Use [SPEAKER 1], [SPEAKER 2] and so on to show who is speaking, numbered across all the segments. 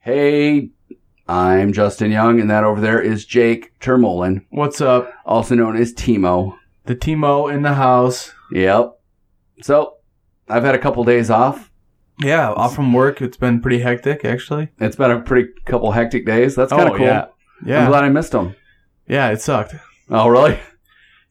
[SPEAKER 1] Hey, I'm Justin Young, and that over there is Jake Termolin,
[SPEAKER 2] What's up?
[SPEAKER 1] also known as Timo.
[SPEAKER 2] The Timo in the house.
[SPEAKER 1] Yep. So, I've had a couple days off.
[SPEAKER 2] Yeah, off from work. It's been pretty hectic, actually.
[SPEAKER 1] It's been a pretty couple hectic days. That's kind of
[SPEAKER 2] Oh,
[SPEAKER 1] cool.
[SPEAKER 2] yeah.
[SPEAKER 1] I'm
[SPEAKER 2] Yeah,
[SPEAKER 1] glad I missed them.
[SPEAKER 2] yeah, it sucked.
[SPEAKER 1] Oh, really?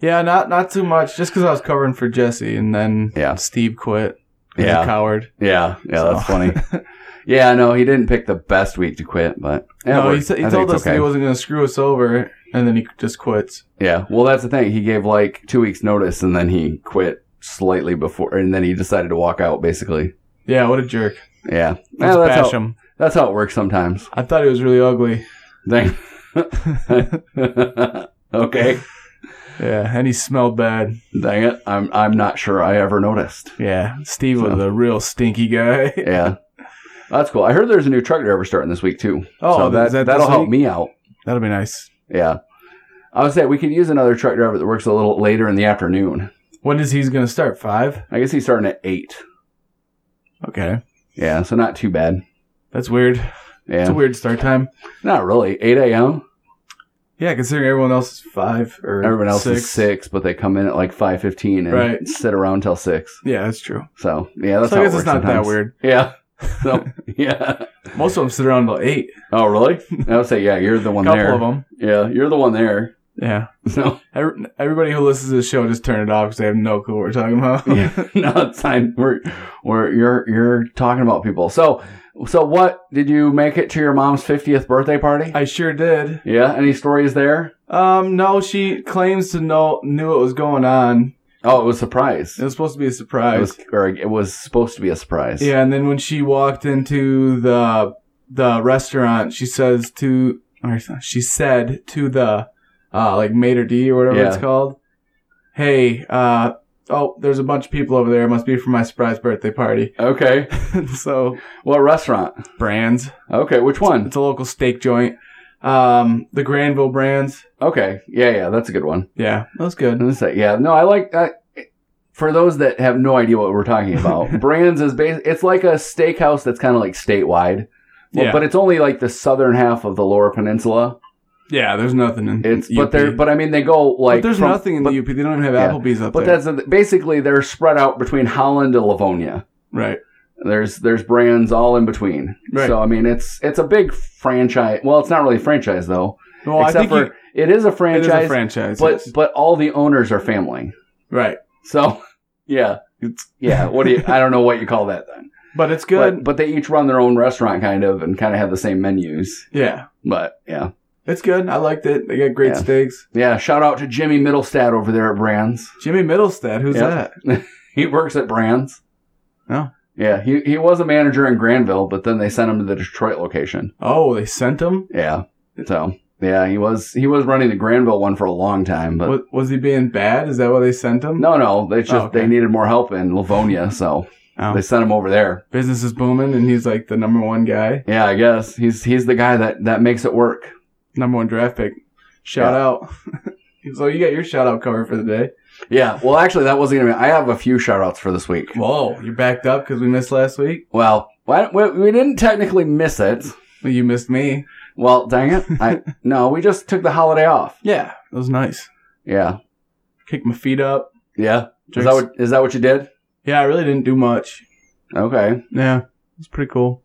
[SPEAKER 2] Yeah, not not too much. Just because I was covering for Jesse, and then
[SPEAKER 1] Yeah.
[SPEAKER 2] Steve quit. He's
[SPEAKER 1] Yeah.
[SPEAKER 2] a coward.
[SPEAKER 1] Yeah. Yeah,
[SPEAKER 2] So-
[SPEAKER 1] that's funny. yeah, no, he didn't pick the best week to quit, but yeah,
[SPEAKER 2] no,
[SPEAKER 1] it
[SPEAKER 2] he,
[SPEAKER 1] worked.
[SPEAKER 2] said
[SPEAKER 1] I
[SPEAKER 2] he
[SPEAKER 1] think
[SPEAKER 2] told
[SPEAKER 1] it's
[SPEAKER 2] us that he wasn't going to screw us over, and then he just quits.
[SPEAKER 1] Yeah. Well, that's the thing. He gave like two weeks notice and then he quit slightly before, and then he decided to walk out basically.
[SPEAKER 2] Yeah, what a jerk.
[SPEAKER 1] Yeah.
[SPEAKER 2] Let's
[SPEAKER 1] Yeah,
[SPEAKER 2] bash
[SPEAKER 1] that's, how,
[SPEAKER 2] him.
[SPEAKER 1] that's how it works sometimes.
[SPEAKER 2] I thought he was really ugly.
[SPEAKER 1] Dang. okay.
[SPEAKER 2] Yeah, and he smelled bad.
[SPEAKER 1] Dang it. I'm, I'm not sure I ever noticed.
[SPEAKER 2] Yeah, Steve was
[SPEAKER 1] So-
[SPEAKER 2] a real stinky guy.
[SPEAKER 1] Yeah. That's cool. I heard there's a new truck driver starting this week too.
[SPEAKER 2] Oh,
[SPEAKER 1] so that,
[SPEAKER 2] is that
[SPEAKER 1] that'll
[SPEAKER 2] this
[SPEAKER 1] help
[SPEAKER 2] week?
[SPEAKER 1] me out.
[SPEAKER 2] That'll be nice.
[SPEAKER 1] Yeah. I would say we could use another truck driver that works a little later in the afternoon.
[SPEAKER 2] When is he's going to start? Five.
[SPEAKER 1] I guess he's starting at eight.
[SPEAKER 2] Okay,
[SPEAKER 1] Yeah. So not too bad.
[SPEAKER 2] that's weird. It's
[SPEAKER 1] Yeah.
[SPEAKER 2] a weird start time.
[SPEAKER 1] Not really. 8 a.m.
[SPEAKER 2] Yeah, considering everyone else is five or
[SPEAKER 1] Everyone else
[SPEAKER 2] six.
[SPEAKER 1] is six, but they come in at like five fifteen and
[SPEAKER 2] Right.
[SPEAKER 1] sit around till six.
[SPEAKER 2] Yeah, that's true.
[SPEAKER 1] So yeah, that's
[SPEAKER 2] so
[SPEAKER 1] how
[SPEAKER 2] I
[SPEAKER 1] it
[SPEAKER 2] guess
[SPEAKER 1] works
[SPEAKER 2] it's not
[SPEAKER 1] sometimes.
[SPEAKER 2] that weird.
[SPEAKER 1] Yeah. So, yeah.
[SPEAKER 2] Most of them sit around till eight.
[SPEAKER 1] Oh really? I would say yeah, you're the
[SPEAKER 2] A
[SPEAKER 1] one
[SPEAKER 2] couple
[SPEAKER 1] there.
[SPEAKER 2] of them.
[SPEAKER 1] Yeah, you're the one there.
[SPEAKER 2] Yeah.
[SPEAKER 1] So
[SPEAKER 2] Every, everybody who listens to the show just turn it off because they have no clue what we're talking about.
[SPEAKER 1] yeah, no, it's fine. We're we're you're you're talking about people. So so what did you make it to your mom's fiftieth birthday party?
[SPEAKER 2] I sure did.
[SPEAKER 1] yeah. Any stories there?
[SPEAKER 2] Um, no, she claims to know knew what was going on.
[SPEAKER 1] Oh, it was a surprise.
[SPEAKER 2] It was supposed to be a
[SPEAKER 1] It
[SPEAKER 2] surprise.
[SPEAKER 1] was, or it was supposed to be a surprise.
[SPEAKER 2] Yeah, and then when she walked into the the restaurant, she says to or she said to the uh like maitre d or whatever it's
[SPEAKER 1] Yeah.
[SPEAKER 2] called, "Hey, uh oh, there's a bunch of people over there. It must be for my surprise birthday party."
[SPEAKER 1] Okay.
[SPEAKER 2] so
[SPEAKER 1] What restaurant?
[SPEAKER 2] brands,
[SPEAKER 1] Okay, which one?
[SPEAKER 2] it's a local steak joint. Um, the Granville brands.
[SPEAKER 1] Okay. Yeah, yeah, that's a good one.
[SPEAKER 2] Yeah, that was good.
[SPEAKER 1] I'm gonna say, yeah, no, I like. I, for those that have no idea what we're talking about, Brands is bas It's like a steakhouse that's kind of like statewide, well,
[SPEAKER 2] Yeah.
[SPEAKER 1] but it's only like the southern half of the Lower Peninsula.
[SPEAKER 2] Yeah, there's nothing in
[SPEAKER 1] It's
[SPEAKER 2] UP.
[SPEAKER 1] but they're but I mean they go like
[SPEAKER 2] But there's
[SPEAKER 1] from-
[SPEAKER 2] nothing in
[SPEAKER 1] but,
[SPEAKER 2] the UP. They don't even have
[SPEAKER 1] Yeah.
[SPEAKER 2] Applebee's up
[SPEAKER 1] But
[SPEAKER 2] there.
[SPEAKER 1] that's basically they're spread out between Holland and Livonia.
[SPEAKER 2] right.
[SPEAKER 1] There's there's brands all in between.
[SPEAKER 2] Right.
[SPEAKER 1] So I mean it's it's a big franchise. Well, it's not really a franchise though,
[SPEAKER 2] Well, I
[SPEAKER 1] except
[SPEAKER 2] think
[SPEAKER 1] for
[SPEAKER 2] you,
[SPEAKER 1] it is a
[SPEAKER 2] it is a
[SPEAKER 1] franchise.
[SPEAKER 2] franchise.
[SPEAKER 1] but
[SPEAKER 2] yes.
[SPEAKER 1] but all the owners are family.
[SPEAKER 2] right.
[SPEAKER 1] So yeah, it's, yeah. What do you? I don't know what you call that then.
[SPEAKER 2] But it's good.
[SPEAKER 1] But, but they each run their own restaurant, kind of, and kind of have the same menus.
[SPEAKER 2] Yeah,
[SPEAKER 1] But yeah,
[SPEAKER 2] it's good. I liked it. They got great
[SPEAKER 1] Yeah.
[SPEAKER 2] steaks.
[SPEAKER 1] yeah. Shout out to Jimmy Middlestad over there at Brands.
[SPEAKER 2] Jimmy Middlestad, who's
[SPEAKER 1] Yeah.
[SPEAKER 2] that?
[SPEAKER 1] He works at Brands.
[SPEAKER 2] Oh.
[SPEAKER 1] Yeah, he he was a manager in Granville, but then they sent him to the Detroit location.
[SPEAKER 2] Oh, they sent him.
[SPEAKER 1] Yeah. So yeah, he was he was running the Granville one for a long time, but.
[SPEAKER 2] Was, was he being bad? Is that why they sent him?
[SPEAKER 1] no, no, they just
[SPEAKER 2] Oh, okay.
[SPEAKER 1] they needed more help in Livonia, so
[SPEAKER 2] Oh.
[SPEAKER 1] they sent him over there.
[SPEAKER 2] Business is booming, and he's like the number one guy,
[SPEAKER 1] Yeah, I guess he's he's the guy that that makes it work.
[SPEAKER 2] number one draft pick. Shout out. so you got your shout out cover for the day.
[SPEAKER 1] Yeah. Well, actually, that wasn't gonna be. I have a few shout outs for this week.
[SPEAKER 2] Whoa, you backed up because we missed last week.
[SPEAKER 1] Well, why, we we didn't technically miss it.
[SPEAKER 2] Well, you missed me.
[SPEAKER 1] Well, dang it. I no, we just took the holiday off.
[SPEAKER 2] Yeah, it was nice.
[SPEAKER 1] Yeah.
[SPEAKER 2] Kicked my feet up.
[SPEAKER 1] Yeah. Is
[SPEAKER 2] drank
[SPEAKER 1] that
[SPEAKER 2] s-
[SPEAKER 1] what is that what you did?
[SPEAKER 2] yeah, I really didn't do much.
[SPEAKER 1] Okay.
[SPEAKER 2] Yeah, it's pretty cool.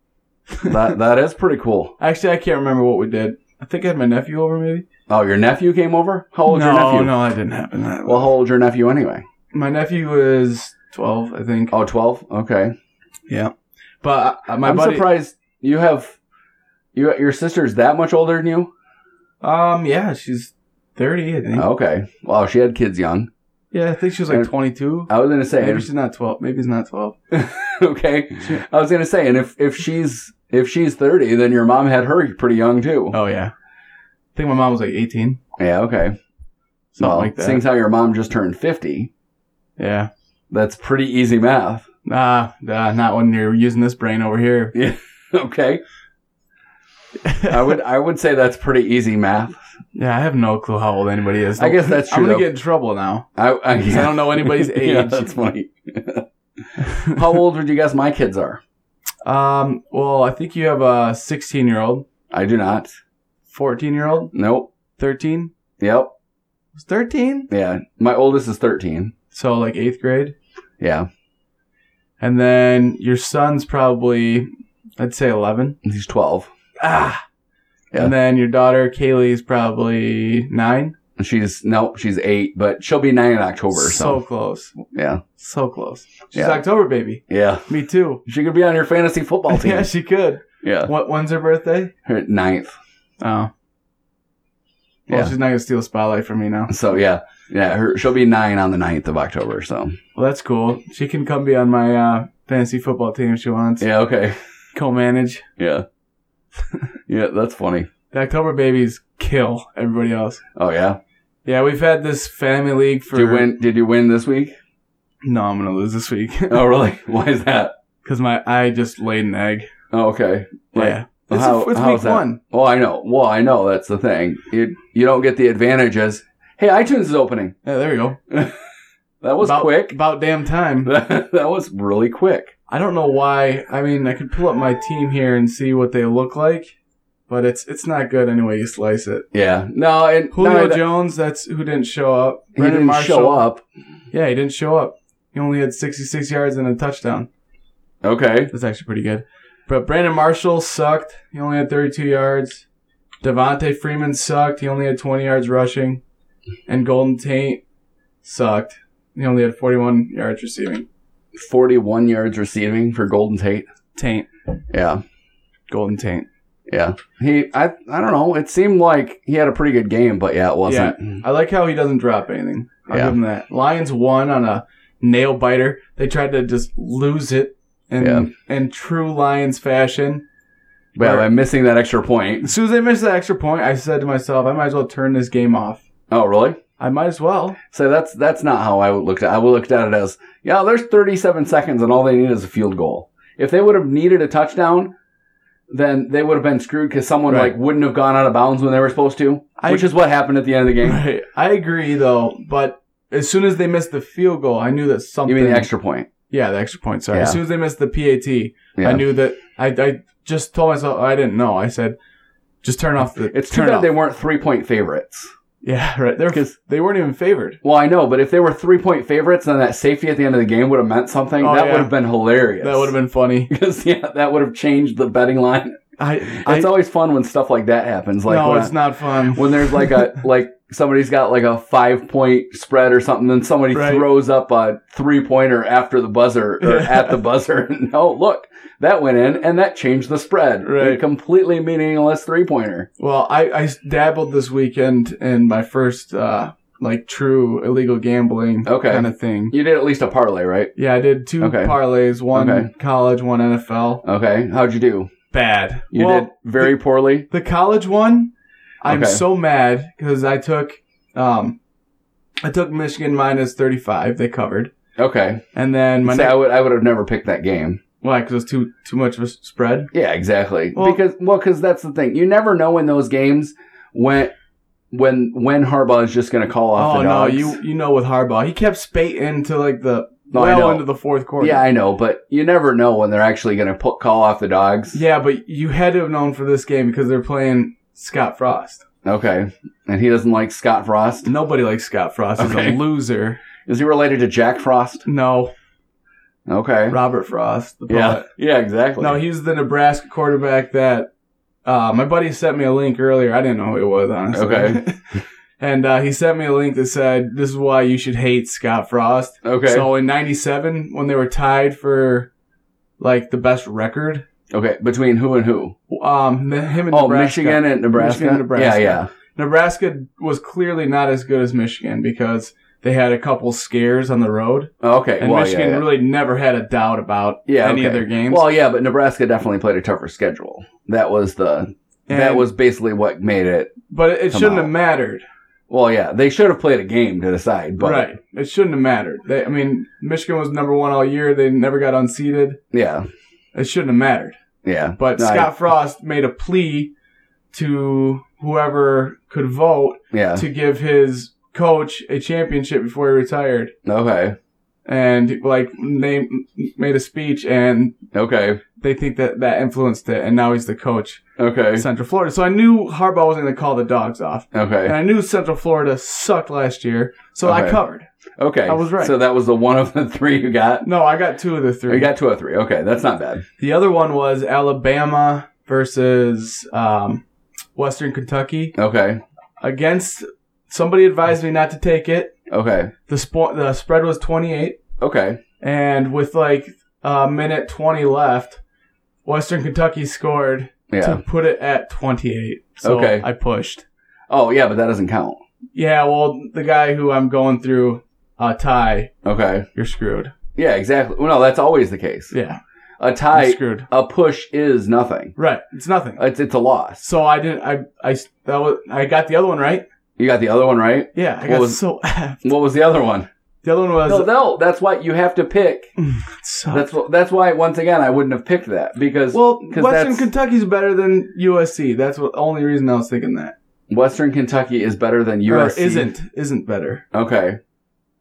[SPEAKER 1] That that is pretty cool.
[SPEAKER 2] Actually, I can't remember what we did. I think I had my nephew over, maybe.
[SPEAKER 1] Oh, your nephew came over? How old's
[SPEAKER 2] no,
[SPEAKER 1] Oh, your nephew?
[SPEAKER 2] no, that didn't happen. That
[SPEAKER 1] Well, how old's your nephew anyway?
[SPEAKER 2] My nephew is 12, I think.
[SPEAKER 1] Oh, 12? Okay.
[SPEAKER 2] But uh, my
[SPEAKER 1] I'm
[SPEAKER 2] buddy,
[SPEAKER 1] surprised you have you your sister's that much older than you?
[SPEAKER 2] um, yeah, she's 30, I think.
[SPEAKER 1] Okay. Wow, she had kids young.
[SPEAKER 2] Yeah, I think she was like
[SPEAKER 1] And-
[SPEAKER 2] 22.
[SPEAKER 1] I was gonna say
[SPEAKER 2] Maybe she's not 12. Maybe it's not 12.
[SPEAKER 1] okay.
[SPEAKER 2] She-
[SPEAKER 1] I was gonna say, and if if she's if she's thirty, then your mom had her pretty young too.
[SPEAKER 2] Oh, yeah. I think my mom was like 18.
[SPEAKER 1] Yeah, okay.
[SPEAKER 2] Something
[SPEAKER 1] Well,
[SPEAKER 2] like that.
[SPEAKER 1] Seeing how your mom just turned fifty,
[SPEAKER 2] yeah.
[SPEAKER 1] that's pretty easy math.
[SPEAKER 2] Nah, nah, not when you're using this brain over here.
[SPEAKER 1] Okay, I would I would say that's pretty easy math.
[SPEAKER 2] yeah, I have no clue how old anybody is.
[SPEAKER 1] I guess that's
[SPEAKER 2] I'm
[SPEAKER 1] true.
[SPEAKER 2] going
[SPEAKER 1] though.
[SPEAKER 2] to get in trouble now
[SPEAKER 1] I, I,
[SPEAKER 2] 'cause I don't know anybody's age.
[SPEAKER 1] Yeah, that's funny. how old would you guess my kids are?
[SPEAKER 2] Um, well, I think you have a 16 year old,
[SPEAKER 1] I do not.
[SPEAKER 2] 14 year old,
[SPEAKER 1] Nope.
[SPEAKER 2] 13.
[SPEAKER 1] Yep.
[SPEAKER 2] Was 13?
[SPEAKER 1] Yeah. My oldest is 13.
[SPEAKER 2] So like eighth grade.
[SPEAKER 1] Yeah.
[SPEAKER 2] And then your son's probably, I'd say 11.
[SPEAKER 1] He's 12.
[SPEAKER 2] Ah.
[SPEAKER 1] Yeah.
[SPEAKER 2] And then your daughter Kaylee's probably nine.
[SPEAKER 1] She's, nope, she's eight, but she'll be nine in October.
[SPEAKER 2] so
[SPEAKER 1] So,
[SPEAKER 2] close.
[SPEAKER 1] yeah.
[SPEAKER 2] So close. She's
[SPEAKER 1] Yeah.
[SPEAKER 2] October baby.
[SPEAKER 1] Yeah.
[SPEAKER 2] Me too.
[SPEAKER 1] She could be on your fantasy football team.
[SPEAKER 2] yeah, she could.
[SPEAKER 1] yeah.
[SPEAKER 2] What? When's her birthday?
[SPEAKER 1] Her ninth.
[SPEAKER 2] Oh. Well,
[SPEAKER 1] Yeah.
[SPEAKER 2] she's not gonna steal a spotlight from me now.
[SPEAKER 1] So, yeah. Yeah. Her, she'll be nine on the 9th of October. So,
[SPEAKER 2] Well, that's cool. She can come be on my uh, fantasy football team if she wants.
[SPEAKER 1] yeah. Okay.
[SPEAKER 2] Co-manage.
[SPEAKER 1] Yeah. yeah. That's funny.
[SPEAKER 2] The October babies kill everybody else.
[SPEAKER 1] Oh, yeah.
[SPEAKER 2] Yeah, we've had this family league for.
[SPEAKER 1] Did you win? Did you win this week?
[SPEAKER 2] No, I'm gonna lose this week
[SPEAKER 1] Oh, really? Why is that?
[SPEAKER 2] because my I just laid an egg.
[SPEAKER 1] Oh, okay. Like,
[SPEAKER 2] yeah, it's,
[SPEAKER 1] how-
[SPEAKER 2] it's
[SPEAKER 1] how
[SPEAKER 2] week
[SPEAKER 1] is that?
[SPEAKER 2] one.
[SPEAKER 1] Oh, I know. Well, I know. That's the thing. You you don't get the advantages. Hey, iTunes is opening.
[SPEAKER 2] Yeah, there we go.
[SPEAKER 1] That was
[SPEAKER 2] about,
[SPEAKER 1] quick.
[SPEAKER 2] About damn time.
[SPEAKER 1] that was really quick.
[SPEAKER 2] I don't know why. I mean, I could pull up my team here and see what they look like, but it's it's not good anyway. You slice it.
[SPEAKER 1] Yeah. No, and
[SPEAKER 2] Julio
[SPEAKER 1] no, that-
[SPEAKER 2] Jones, that's who didn't show up.
[SPEAKER 1] he didn't show up.
[SPEAKER 2] Yeah, he didn't show up. He only had 66 yards and a touchdown.
[SPEAKER 1] Okay.
[SPEAKER 2] That's actually pretty good. But Brandon Marshall sucked. He only had 32 yards. Devontae Freeman sucked. He only had 20 yards rushing. And Golden Tate sucked. He only had 41 yards receiving.
[SPEAKER 1] Forty-one yards receiving for Golden Tate.
[SPEAKER 2] Taint.
[SPEAKER 1] Yeah.
[SPEAKER 2] Golden Taint.
[SPEAKER 1] Yeah. He. I. I don't know. It seemed like he had a pretty good game, but yeah, it wasn't.
[SPEAKER 2] I like how he doesn't drop anything. I'll
[SPEAKER 1] Yeah.
[SPEAKER 2] give him that. Lions won on a nail biter. They tried to just lose it in,
[SPEAKER 1] Yeah.
[SPEAKER 2] in true Lions fashion.
[SPEAKER 1] Well, I'm missing that extra point.
[SPEAKER 2] As soon as they missed that extra point, I said to myself, I might as well turn this game off.
[SPEAKER 1] Oh, really?
[SPEAKER 2] I might as well.
[SPEAKER 1] So that's that's not how I looked at. it. I looked at it as yeah, there's 37 seconds and all they need is a field goal. If they would have needed a touchdown, then they would have been screwed because someone
[SPEAKER 2] Right.
[SPEAKER 1] like wouldn't have gone out of bounds when they were supposed to,
[SPEAKER 2] I-
[SPEAKER 1] which is what happened at the end of the game.
[SPEAKER 2] Right. I agree though, but as soon as they missed the field goal, I knew that something.
[SPEAKER 1] You mean the extra point?
[SPEAKER 2] Yeah, the extra point. Sorry.
[SPEAKER 1] Yeah.
[SPEAKER 2] As soon as they missed the PAT,
[SPEAKER 1] Yeah.
[SPEAKER 2] I knew that. I, I just told myself I didn't know. I said, just turn off the.
[SPEAKER 1] it's too
[SPEAKER 2] turn
[SPEAKER 1] bad
[SPEAKER 2] off.
[SPEAKER 1] they weren't three point favorites.
[SPEAKER 2] Yeah, right. They're
[SPEAKER 1] Because
[SPEAKER 2] they weren't even favored.
[SPEAKER 1] well, I know, but if they were three point favorites, then that safety at the end of the game would have meant something.
[SPEAKER 2] Oh,
[SPEAKER 1] that
[SPEAKER 2] yeah.
[SPEAKER 1] would have been hilarious.
[SPEAKER 2] That would have been funny.
[SPEAKER 1] because yeah, that would have changed the betting line.
[SPEAKER 2] I. I
[SPEAKER 1] It's always fun when stuff like that happens. Like
[SPEAKER 2] no,
[SPEAKER 1] when
[SPEAKER 2] it's not fun.
[SPEAKER 1] when there's like a like somebody's got like a five point spread or something, then somebody
[SPEAKER 2] Right.
[SPEAKER 1] throws up a three pointer after the buzzer or
[SPEAKER 2] Yeah.
[SPEAKER 1] at the buzzer. And oh, look, that went in and that changed the spread.
[SPEAKER 2] Right.
[SPEAKER 1] A completely meaningless three pointer.
[SPEAKER 2] Well, I, I dabbled this weekend in my first uh, like true illegal gambling
[SPEAKER 1] Okay.
[SPEAKER 2] kind of thing.
[SPEAKER 1] You did at least a parlay, right?
[SPEAKER 2] Yeah, I did two
[SPEAKER 1] Okay.
[SPEAKER 2] parlays, one
[SPEAKER 1] Okay.
[SPEAKER 2] college, one NFL.
[SPEAKER 1] Okay. How'd you do?
[SPEAKER 2] Bad.
[SPEAKER 1] You
[SPEAKER 2] well,
[SPEAKER 1] did very poorly.
[SPEAKER 2] the college one. I'm
[SPEAKER 1] Okay.
[SPEAKER 2] so mad because I took, um, I took Michigan minus 35. They covered,
[SPEAKER 1] Okay.
[SPEAKER 2] and then my
[SPEAKER 1] See,
[SPEAKER 2] next,
[SPEAKER 1] I would I would have never picked that game.
[SPEAKER 2] why? Because it was too too much of a s- spread.
[SPEAKER 1] Yeah, exactly.
[SPEAKER 2] Well-
[SPEAKER 1] because well, because that's the thing. You never know in those games when when when Harbaugh is just going to call off
[SPEAKER 2] oh
[SPEAKER 1] the
[SPEAKER 2] no,
[SPEAKER 1] dogs.
[SPEAKER 2] you you know with Harbaugh, he kept Spate into like the
[SPEAKER 1] No, I
[SPEAKER 2] well
[SPEAKER 1] know.
[SPEAKER 2] into the fourth quarter.
[SPEAKER 1] Yeah, I know, but you never know when they're actually going to put call off the dogs.
[SPEAKER 2] yeah, but you had to have known for this game because they're playing Scott Frost.
[SPEAKER 1] Okay. And he doesn't like Scott Frost.
[SPEAKER 2] Nobody likes Scott Frost.
[SPEAKER 1] Okay.
[SPEAKER 2] He's a loser.
[SPEAKER 1] Is he related to Jack Frost?
[SPEAKER 2] No,
[SPEAKER 1] Okay.
[SPEAKER 2] Robert Frost, the poet.
[SPEAKER 1] Yeah. Yeah, exactly.
[SPEAKER 2] No, he's the Nebraska quarterback that uh, my buddy sent me a link earlier. I didn't know who it was, honestly.
[SPEAKER 1] Okay.
[SPEAKER 2] and uh, he sent me a link that said, This is why you should hate Scott Frost.
[SPEAKER 1] okay.
[SPEAKER 2] So in 97, when they were tied for like the best record,
[SPEAKER 1] okay, between who and who?
[SPEAKER 2] um, the- him and
[SPEAKER 1] Oh,
[SPEAKER 2] Nebraska.
[SPEAKER 1] Michigan and Nebraska.
[SPEAKER 2] Michigan and Nebraska.
[SPEAKER 1] Yeah,
[SPEAKER 2] Nebraska was clearly not as good as Michigan because they had a couple scares on the road.
[SPEAKER 1] yeah. Okay.
[SPEAKER 2] And
[SPEAKER 1] well,
[SPEAKER 2] Michigan
[SPEAKER 1] yeah, yeah.
[SPEAKER 2] really never had a doubt about
[SPEAKER 1] Yeah,
[SPEAKER 2] any
[SPEAKER 1] okay.
[SPEAKER 2] of their games.
[SPEAKER 1] Well, yeah, but Nebraska definitely played a tougher schedule. That was the that
[SPEAKER 2] And-
[SPEAKER 1] was basically what made it.
[SPEAKER 2] but it, it
[SPEAKER 1] come
[SPEAKER 2] shouldn't
[SPEAKER 1] out.
[SPEAKER 2] have mattered.
[SPEAKER 1] Well, yeah, they should have played a game to decide, but
[SPEAKER 2] right. It shouldn't have mattered. They, I mean, Michigan was number one all year. They never got unseated.
[SPEAKER 1] yeah,
[SPEAKER 2] It shouldn't have mattered.
[SPEAKER 1] yeah,
[SPEAKER 2] But
[SPEAKER 1] No, I-
[SPEAKER 2] Scott Frost made a plea to whoever could vote
[SPEAKER 1] yeah.
[SPEAKER 2] to give his coach a championship before he retired.
[SPEAKER 1] Okay.
[SPEAKER 2] and like they made a speech and
[SPEAKER 1] Okay.
[SPEAKER 2] they think that that influenced it and now he's the coach of
[SPEAKER 1] Okay.
[SPEAKER 2] Central Florida. So I knew Harbaugh wasn't going to call the dogs off. And
[SPEAKER 1] Okay.
[SPEAKER 2] I knew Central Florida sucked last year, so I
[SPEAKER 1] Okay.
[SPEAKER 2] covered.
[SPEAKER 1] Okay.
[SPEAKER 2] I was right.
[SPEAKER 1] So that was the one of the three you got.
[SPEAKER 2] No, I got two of the three.
[SPEAKER 1] You got two of three. Okay, that's not bad.
[SPEAKER 2] the other one was Alabama versus um, Western Kentucky
[SPEAKER 1] Okay.
[SPEAKER 2] against somebody advised me not to take it.
[SPEAKER 1] Okay.
[SPEAKER 2] The spo- the spread was 28
[SPEAKER 1] Okay.
[SPEAKER 2] and with like a minute 20 left, Western Kentucky scored
[SPEAKER 1] Yeah.
[SPEAKER 2] to put it at 28. So
[SPEAKER 1] Okay.
[SPEAKER 2] I pushed.
[SPEAKER 1] Oh yeah, but that doesn't count.
[SPEAKER 2] Yeah, well, the guy who I'm going through uh, tie,
[SPEAKER 1] Okay.
[SPEAKER 2] you're screwed.
[SPEAKER 1] Yeah, exactly. Well, no, that's always the case.
[SPEAKER 2] Yeah,
[SPEAKER 1] A
[SPEAKER 2] you're
[SPEAKER 1] tie,
[SPEAKER 2] screwed.
[SPEAKER 1] a push is nothing.
[SPEAKER 2] Right, it's nothing.
[SPEAKER 1] It's it's a loss.
[SPEAKER 2] So I didn't. I I that was I got the other one right.
[SPEAKER 1] You got the other one right.
[SPEAKER 2] Yeah, I
[SPEAKER 1] What
[SPEAKER 2] got
[SPEAKER 1] was-
[SPEAKER 2] so
[SPEAKER 1] What was the other one?
[SPEAKER 2] the other one was
[SPEAKER 1] No, no, that's why you have to pick.
[SPEAKER 2] Mm-hmm. so-
[SPEAKER 1] That's wh- that's why once again I wouldn't have picked that because
[SPEAKER 2] well,
[SPEAKER 1] 'cause
[SPEAKER 2] Western
[SPEAKER 1] that's-
[SPEAKER 2] Kentucky's better than USC. That's the only reason I was thinking that.
[SPEAKER 1] Western Kentucky is better than
[SPEAKER 2] Or
[SPEAKER 1] USC.
[SPEAKER 2] uh, isn't isn't better.
[SPEAKER 1] Okay.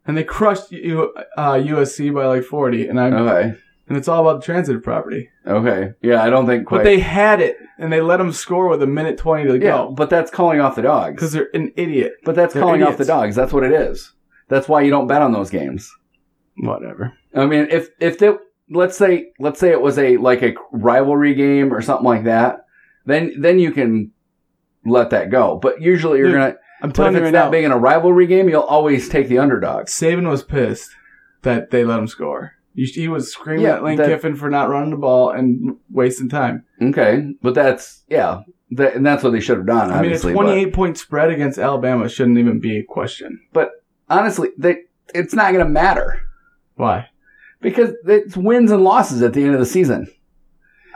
[SPEAKER 2] And they crushed U, uh, USC by like forty, and I
[SPEAKER 1] Okay.
[SPEAKER 2] and it's all about the transitive property.
[SPEAKER 1] Okay. Yeah, I don't think quite.
[SPEAKER 2] But they had it, and they let them score with a minute twenty to
[SPEAKER 1] yeah,
[SPEAKER 2] go
[SPEAKER 1] but that's calling off the dogs.
[SPEAKER 2] because they're an idiot.
[SPEAKER 1] But that's
[SPEAKER 2] They're
[SPEAKER 1] calling off the
[SPEAKER 2] idiots.
[SPEAKER 1] dogs. That's what it is. That's why you don't bet on those games.
[SPEAKER 2] Whatever.
[SPEAKER 1] I mean, if if they let's say let's say it was a like a rivalry game or something like that, then then you can let that go. But usually you're
[SPEAKER 2] Dude,
[SPEAKER 1] gonna.
[SPEAKER 2] I'm
[SPEAKER 1] But
[SPEAKER 2] telling
[SPEAKER 1] if
[SPEAKER 2] you
[SPEAKER 1] it's
[SPEAKER 2] right
[SPEAKER 1] not
[SPEAKER 2] now,
[SPEAKER 1] being a rivalry game, you'll always take the underdogs.
[SPEAKER 2] Saban was pissed that they let him score. He he was screaming
[SPEAKER 1] Yeah,
[SPEAKER 2] at Lane
[SPEAKER 1] that-
[SPEAKER 2] Kiffin for not running the ball and wasting time.
[SPEAKER 1] Okay, but that's yeah, that, and that's what they should have done.
[SPEAKER 2] I mean, a
[SPEAKER 1] Obviously, but-
[SPEAKER 2] 28 point spread against Alabama shouldn't even be a question.
[SPEAKER 1] honestly, they, it's not going to matter
[SPEAKER 2] Why?
[SPEAKER 1] because it's wins and losses at the end of the season.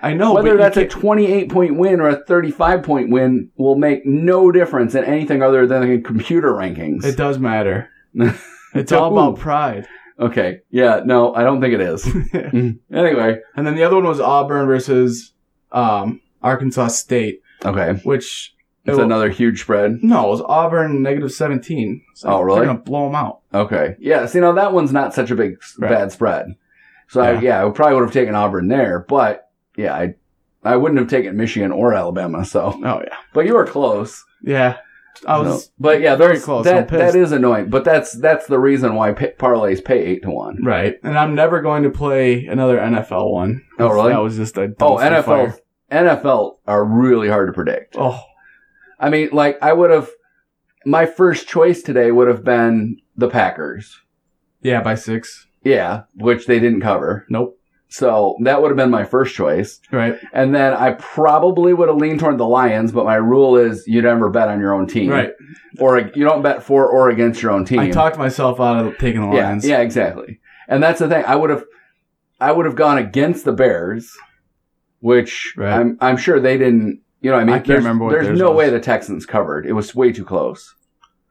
[SPEAKER 2] I know.
[SPEAKER 1] Whether
[SPEAKER 2] but
[SPEAKER 1] that's
[SPEAKER 2] you
[SPEAKER 1] a 28 point win or a 35 point win will make no difference in anything other than the computer
[SPEAKER 2] can't-
[SPEAKER 1] rankings.
[SPEAKER 2] it does matter. It's all about pride.
[SPEAKER 1] okay, yeah, no, I don't think it is. Mm-hmm.
[SPEAKER 2] and
[SPEAKER 1] anyway,
[SPEAKER 2] then the other one was Auburn versus um, Arkansas State,
[SPEAKER 1] okay,
[SPEAKER 2] which
[SPEAKER 1] it's
[SPEAKER 2] it-
[SPEAKER 1] another huge spread.
[SPEAKER 2] No, it was Auburn negative 17. So
[SPEAKER 1] Oh, really?
[SPEAKER 2] They're gonna blow them out.
[SPEAKER 1] Okay, yeah, see now that one's not such a big s
[SPEAKER 2] Right.
[SPEAKER 1] bad spread. So I,
[SPEAKER 2] Yeah.
[SPEAKER 1] yeah, I probably would have taken Auburn there, but yeah, I I wouldn't have taken Michigan or Alabama. So,
[SPEAKER 2] Oh yeah,
[SPEAKER 1] but you were close.
[SPEAKER 2] yeah. I was
[SPEAKER 1] No. but yeah,
[SPEAKER 2] very
[SPEAKER 1] that's-
[SPEAKER 2] close. I'm
[SPEAKER 1] That
[SPEAKER 2] pissed.
[SPEAKER 1] that is annoying, but that's that's the reason why pa parlays pay eight to one.
[SPEAKER 2] Right. And I'm never going to play another NFL one.
[SPEAKER 1] Oh, really?
[SPEAKER 2] That was just a dumpster
[SPEAKER 1] Oh, NFL
[SPEAKER 2] fire.
[SPEAKER 1] NFL are really hard to predict.
[SPEAKER 2] Oh,
[SPEAKER 1] I mean, like I would have my first choice today would have been the Packers.
[SPEAKER 2] yeah, by six.
[SPEAKER 1] Yeah, which they didn't cover.
[SPEAKER 2] Nope.
[SPEAKER 1] So that would have been my first choice.
[SPEAKER 2] Right.
[SPEAKER 1] And then I probably would have leaned toward the Lions, but my rule is you never bet on your own team.
[SPEAKER 2] Right.
[SPEAKER 1] Or you don't bet for or against your own team.
[SPEAKER 2] I talked myself out of taking the
[SPEAKER 1] yeah,
[SPEAKER 2] Lions.
[SPEAKER 1] Yeah, exactly. And that's the thing. I would have, I would have gone against the Bears, which
[SPEAKER 2] Right.
[SPEAKER 1] I'm, I'm sure they didn't. You know, what I mean,
[SPEAKER 2] I can't
[SPEAKER 1] there's,
[SPEAKER 2] remember what
[SPEAKER 1] there's
[SPEAKER 2] theirs
[SPEAKER 1] no
[SPEAKER 2] was.
[SPEAKER 1] way the Texans covered. It was way too close.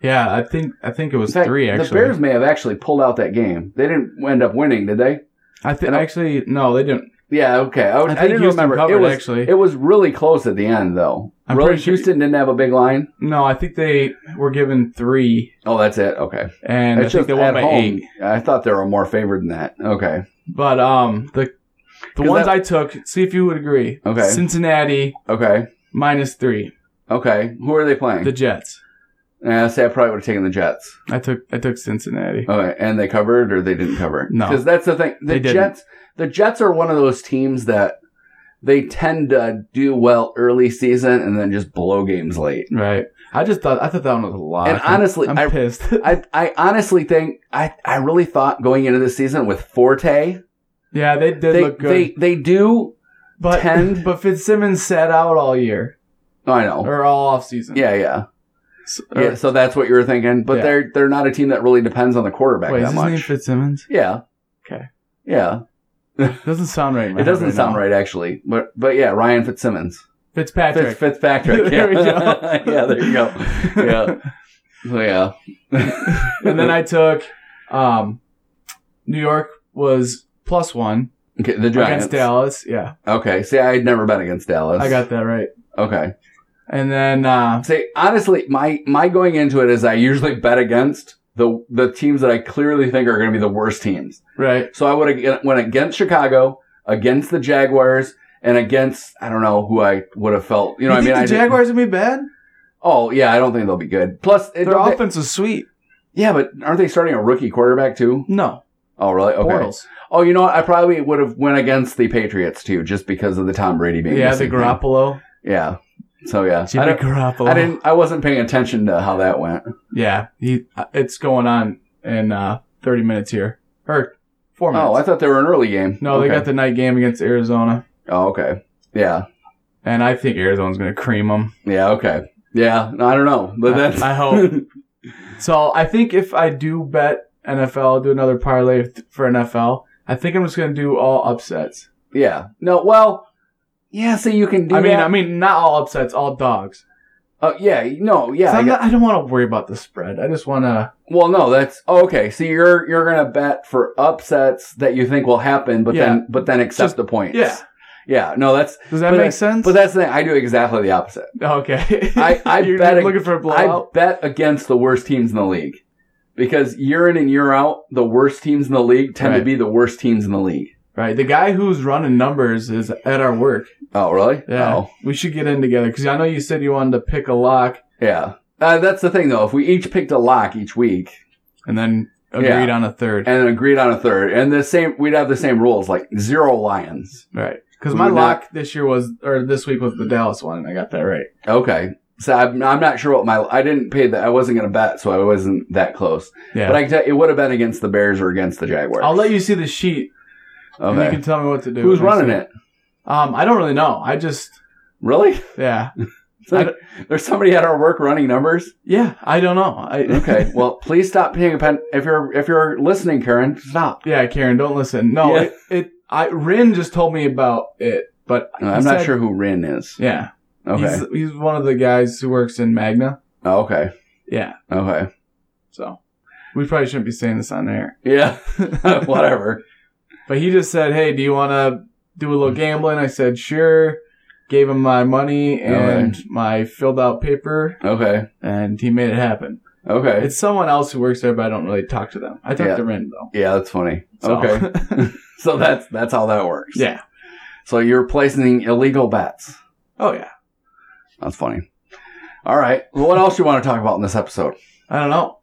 [SPEAKER 2] Yeah, I think I think it was
[SPEAKER 1] In fact,
[SPEAKER 2] three actually.
[SPEAKER 1] The Bears may have actually pulled out that game. They didn't end up winning, did they?
[SPEAKER 2] I think actually no, they didn't.
[SPEAKER 1] Yeah. Okay. I,
[SPEAKER 2] I
[SPEAKER 1] would I,
[SPEAKER 2] think
[SPEAKER 1] didn't
[SPEAKER 2] Houston
[SPEAKER 1] remember.
[SPEAKER 2] covered
[SPEAKER 1] it was
[SPEAKER 2] actually.
[SPEAKER 1] it was really close at the end though.
[SPEAKER 2] I'm
[SPEAKER 1] really,
[SPEAKER 2] pretty sure-
[SPEAKER 1] Houston didn't have a big line.
[SPEAKER 2] no, I think they were given three,
[SPEAKER 1] Oh, that's it. Okay.
[SPEAKER 2] and
[SPEAKER 1] It's
[SPEAKER 2] I think they won
[SPEAKER 1] at
[SPEAKER 2] by
[SPEAKER 1] home.
[SPEAKER 2] eight.
[SPEAKER 1] I thought they were more favored than that. Okay.
[SPEAKER 2] But um, the the
[SPEAKER 1] 'Cause
[SPEAKER 2] ones
[SPEAKER 1] that-
[SPEAKER 2] I took, see if you would agree.
[SPEAKER 1] Okay.
[SPEAKER 2] Cincinnati
[SPEAKER 1] Okay.
[SPEAKER 2] minus three,
[SPEAKER 1] Okay. Who are they playing?
[SPEAKER 2] the Jets.
[SPEAKER 1] Yeah, I say I probably would have taken the Jets.
[SPEAKER 2] I took I took Cincinnati.
[SPEAKER 1] Okay, and they covered or they didn't cover?
[SPEAKER 2] No.
[SPEAKER 1] because that's the thing. The
[SPEAKER 2] They didn't.
[SPEAKER 1] Jets, the Jets are one of those teams that they tend to do well early season and then just blow games late.
[SPEAKER 2] Right. I just thought I thought that one was a lot.
[SPEAKER 1] And honestly,
[SPEAKER 2] I'm
[SPEAKER 1] I-
[SPEAKER 2] pissed.
[SPEAKER 1] I, I honestly think I, I really thought going into this season with Forte,
[SPEAKER 2] yeah, they did
[SPEAKER 1] they
[SPEAKER 2] look good.
[SPEAKER 1] they they do.
[SPEAKER 2] but
[SPEAKER 1] 10.
[SPEAKER 2] but Fitzsimmons sat out all year
[SPEAKER 1] Oh, I know.
[SPEAKER 2] or all uh, off season.
[SPEAKER 1] Yeah, yeah,
[SPEAKER 2] Or-
[SPEAKER 1] yeah. So that's what you were thinking, but
[SPEAKER 2] Yeah.
[SPEAKER 1] they're they're not a team that really depends on the quarterback
[SPEAKER 2] Wait, is
[SPEAKER 1] that
[SPEAKER 2] his
[SPEAKER 1] much.
[SPEAKER 2] name Fitzsimmons?
[SPEAKER 1] yeah.
[SPEAKER 2] Okay.
[SPEAKER 1] Yeah,
[SPEAKER 2] Doesn't sound right. in my
[SPEAKER 1] it
[SPEAKER 2] head
[SPEAKER 1] doesn't sound
[SPEAKER 2] now.
[SPEAKER 1] right actually, but but yeah, Ryan Fitzsimmons.
[SPEAKER 2] Fitzpatrick.
[SPEAKER 1] Fitz, Fitzpatrick.
[SPEAKER 2] There we
[SPEAKER 1] yeah.
[SPEAKER 2] go.
[SPEAKER 1] yeah, there you go. Yeah. So, yeah.
[SPEAKER 2] and then I took um, New York was plus one
[SPEAKER 1] Okay, the Giants.
[SPEAKER 2] against Dallas. Yeah,
[SPEAKER 1] Okay. See, I had never been against Dallas.
[SPEAKER 2] I got that right.
[SPEAKER 1] Okay.
[SPEAKER 2] And then uh,
[SPEAKER 1] See, honestly, my my going into it is I usually bet against the the teams that I clearly think are going to be the worst teams.
[SPEAKER 2] Right.
[SPEAKER 1] So I would have went against Chicago, against the Jaguars, and against I don't know who I would have felt. You know, what
[SPEAKER 2] think
[SPEAKER 1] I mean,
[SPEAKER 2] the
[SPEAKER 1] I did-
[SPEAKER 2] Jaguars would be bad?
[SPEAKER 1] oh yeah, I don't think they'll be good. Plus, it,
[SPEAKER 2] Their
[SPEAKER 1] they-
[SPEAKER 2] offense is sweet.
[SPEAKER 1] yeah, but aren't they starting a rookie quarterback too?
[SPEAKER 2] No.
[SPEAKER 1] Oh really? Okay.
[SPEAKER 2] Bortles.
[SPEAKER 1] Oh, you know what? I probably would have went against the Patriots too, just because of the Tom Brady being.
[SPEAKER 2] Yeah, the
[SPEAKER 1] missing thing.
[SPEAKER 2] Garoppolo.
[SPEAKER 1] Yeah. So yeah, I,
[SPEAKER 2] Jimmy
[SPEAKER 1] don't-
[SPEAKER 2] Garoppolo.
[SPEAKER 1] I didn't. I wasn't paying attention to how that went.
[SPEAKER 2] Yeah, he. uh, It's going on in uh, 30 minutes here or four minutes.
[SPEAKER 1] Oh, I thought they were an early game.
[SPEAKER 2] no,
[SPEAKER 1] okay.
[SPEAKER 2] they got the night game against Arizona,
[SPEAKER 1] Oh, okay. Yeah.
[SPEAKER 2] and I think Arizona's going to cream them.
[SPEAKER 1] Yeah. Okay. Yeah. I don't know, but that's.
[SPEAKER 2] I hope. so I think if I do bet NFL, I'll do another parlay f- for NFL. I think I'm just going to do all upsets.
[SPEAKER 1] yeah. No. Well. Yeah. So you can do.
[SPEAKER 2] I mean,
[SPEAKER 1] that.
[SPEAKER 2] I mean, not all upsets, all dogs.
[SPEAKER 1] Uh, yeah. No.
[SPEAKER 2] 'Cause
[SPEAKER 1] Yeah. I
[SPEAKER 2] I'm
[SPEAKER 1] got-
[SPEAKER 2] not- I don't want to worry about the spread. I just want to.
[SPEAKER 1] well, no. That's oh, okay. So you're you're gonna bet for upsets that you think will happen, but
[SPEAKER 2] Yeah.
[SPEAKER 1] then but then accept
[SPEAKER 2] Just-
[SPEAKER 1] the points.
[SPEAKER 2] Yeah.
[SPEAKER 1] Yeah. No. That's
[SPEAKER 2] Does that
[SPEAKER 1] But
[SPEAKER 2] make
[SPEAKER 1] I-
[SPEAKER 2] sense?
[SPEAKER 1] but that's the thing. I do exactly the opposite.
[SPEAKER 2] okay.
[SPEAKER 1] I- I
[SPEAKER 2] You're
[SPEAKER 1] bet ag-
[SPEAKER 2] looking for a
[SPEAKER 1] I
[SPEAKER 2] blowout.
[SPEAKER 1] bet against the worst teams in the league because year in and year out, the worst teams in the league tend to
[SPEAKER 2] Right.
[SPEAKER 1] be the worst teams in the league.
[SPEAKER 2] Right. The guy who's running numbers is at our work.
[SPEAKER 1] Oh, really?
[SPEAKER 2] Yeah.
[SPEAKER 1] Oh,
[SPEAKER 2] We should get in together because I know you said you wanted to pick a lock
[SPEAKER 1] yeah. Uh, that's the thing, though. If we each picked a lock each week
[SPEAKER 2] and then
[SPEAKER 1] Yeah.
[SPEAKER 2] agreed on a third.
[SPEAKER 1] and agreed on a third, and the same, we'd have the same rules, like zero lions.
[SPEAKER 2] right. Because
[SPEAKER 1] We
[SPEAKER 2] my
[SPEAKER 1] would
[SPEAKER 2] lock this year was, or this week was the Dallas one, and I got that right.
[SPEAKER 1] Okay. So I'm, I'm not sure what my I didn't pay that I wasn't going to bet, so I wasn't that close.
[SPEAKER 2] Yeah.
[SPEAKER 1] But I can tell, it would have been against the Bears or against the Jaguars.
[SPEAKER 2] I'll let you see the sheet and you
[SPEAKER 1] okay.
[SPEAKER 2] can tell me what to do.
[SPEAKER 1] Who's
[SPEAKER 2] when I see
[SPEAKER 1] running it?
[SPEAKER 2] Um, I don't really know. I just,
[SPEAKER 1] Really?
[SPEAKER 2] yeah.
[SPEAKER 1] It's like, there's somebody at our work running numbers.
[SPEAKER 2] Yeah. I don't know. I,
[SPEAKER 1] Okay. well, please stop paying attention. If you're if you're listening, Karen, stop.
[SPEAKER 2] yeah, Karen, don't listen. No,
[SPEAKER 1] Yeah.
[SPEAKER 2] it, it, I, Rin just told me about it, but he
[SPEAKER 1] I'm not
[SPEAKER 2] said-
[SPEAKER 1] sure who Rin is.
[SPEAKER 2] Yeah.
[SPEAKER 1] Okay.
[SPEAKER 2] He's, he's one of the guys who works in Magna.
[SPEAKER 1] Oh, okay.
[SPEAKER 2] Yeah.
[SPEAKER 1] Okay.
[SPEAKER 2] So we probably shouldn't be saying this on air.
[SPEAKER 1] Yeah, whatever.
[SPEAKER 2] But he just said, "Hey, do you want to do a little gambling?" I said, "Sure." Gave him my money and my filled out paper,
[SPEAKER 1] Okay,
[SPEAKER 2] and he made it happen.
[SPEAKER 1] okay.
[SPEAKER 2] It's someone else who works there, but I don't really talk to them. I talk
[SPEAKER 1] Yeah.
[SPEAKER 2] to Ren though.
[SPEAKER 1] yeah, that's funny.
[SPEAKER 2] So-
[SPEAKER 1] Okay, so that's that's how that works.
[SPEAKER 2] yeah.
[SPEAKER 1] So you're placing illegal bets.
[SPEAKER 2] Oh yeah.
[SPEAKER 1] That's funny. All right. Well, what else you want to talk about in this episode?
[SPEAKER 2] I don't know.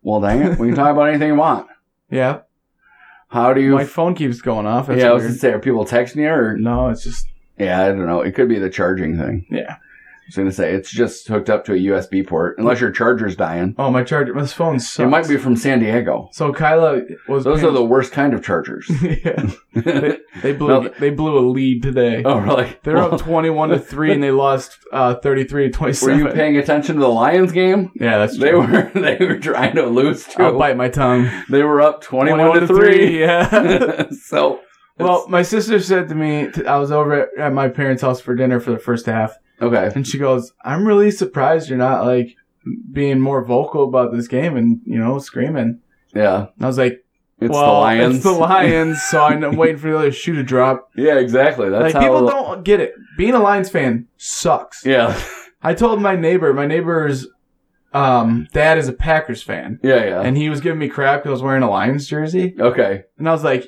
[SPEAKER 1] Well, dang it, we can talk about anything you want.
[SPEAKER 2] Yeah.
[SPEAKER 1] How do you?
[SPEAKER 2] My phone keeps going off. That's
[SPEAKER 1] yeah, I was
[SPEAKER 2] weird.
[SPEAKER 1] gonna say, are people texting you or?
[SPEAKER 2] no, it's just
[SPEAKER 1] Yeah, I don't know. It could be the charging thing.
[SPEAKER 2] Yeah.
[SPEAKER 1] I was gonna say it's just hooked up to a USB port, unless your charger's dying.
[SPEAKER 2] oh my charger. This phone sucks.
[SPEAKER 1] It might be from San Diego.
[SPEAKER 2] So Kyla was.
[SPEAKER 1] Those are the worst kind of chargers.
[SPEAKER 2] the. yeah. They blew.
[SPEAKER 1] No.
[SPEAKER 2] They blew a lead today.
[SPEAKER 1] oh, really?
[SPEAKER 2] They're
[SPEAKER 1] Well,
[SPEAKER 2] up twenty-one to three, and they lost uh, thirty-three to
[SPEAKER 1] Were
[SPEAKER 2] twenty-seven.
[SPEAKER 1] you paying attention to the Lions game?
[SPEAKER 2] Yeah, that's true.
[SPEAKER 1] They were they were trying to lose
[SPEAKER 2] I'll
[SPEAKER 1] too.
[SPEAKER 2] bite my tongue.
[SPEAKER 1] They were up twenty one to three.
[SPEAKER 2] Yeah.
[SPEAKER 1] so
[SPEAKER 2] well, my sister said to me, t- I was over at, at my parents' house for dinner for the first half,
[SPEAKER 1] okay,
[SPEAKER 2] and she goes, "I'm really surprised you're not like being more vocal about this game and you know screaming."
[SPEAKER 1] yeah,
[SPEAKER 2] And I was like,
[SPEAKER 1] it's
[SPEAKER 2] well,
[SPEAKER 1] the Lions.
[SPEAKER 2] It's the Lions." so I'm waiting for the other shoe to drop.
[SPEAKER 1] yeah, exactly. That's
[SPEAKER 2] like
[SPEAKER 1] how.
[SPEAKER 2] people don't get it. Being a Lions fan sucks.
[SPEAKER 1] yeah,
[SPEAKER 2] I told my neighbor, my neighbor's um, dad is a Packers fan,
[SPEAKER 1] yeah, yeah.
[SPEAKER 2] and he was giving me crap because I was wearing a Lions jersey.
[SPEAKER 1] okay.
[SPEAKER 2] And I was like,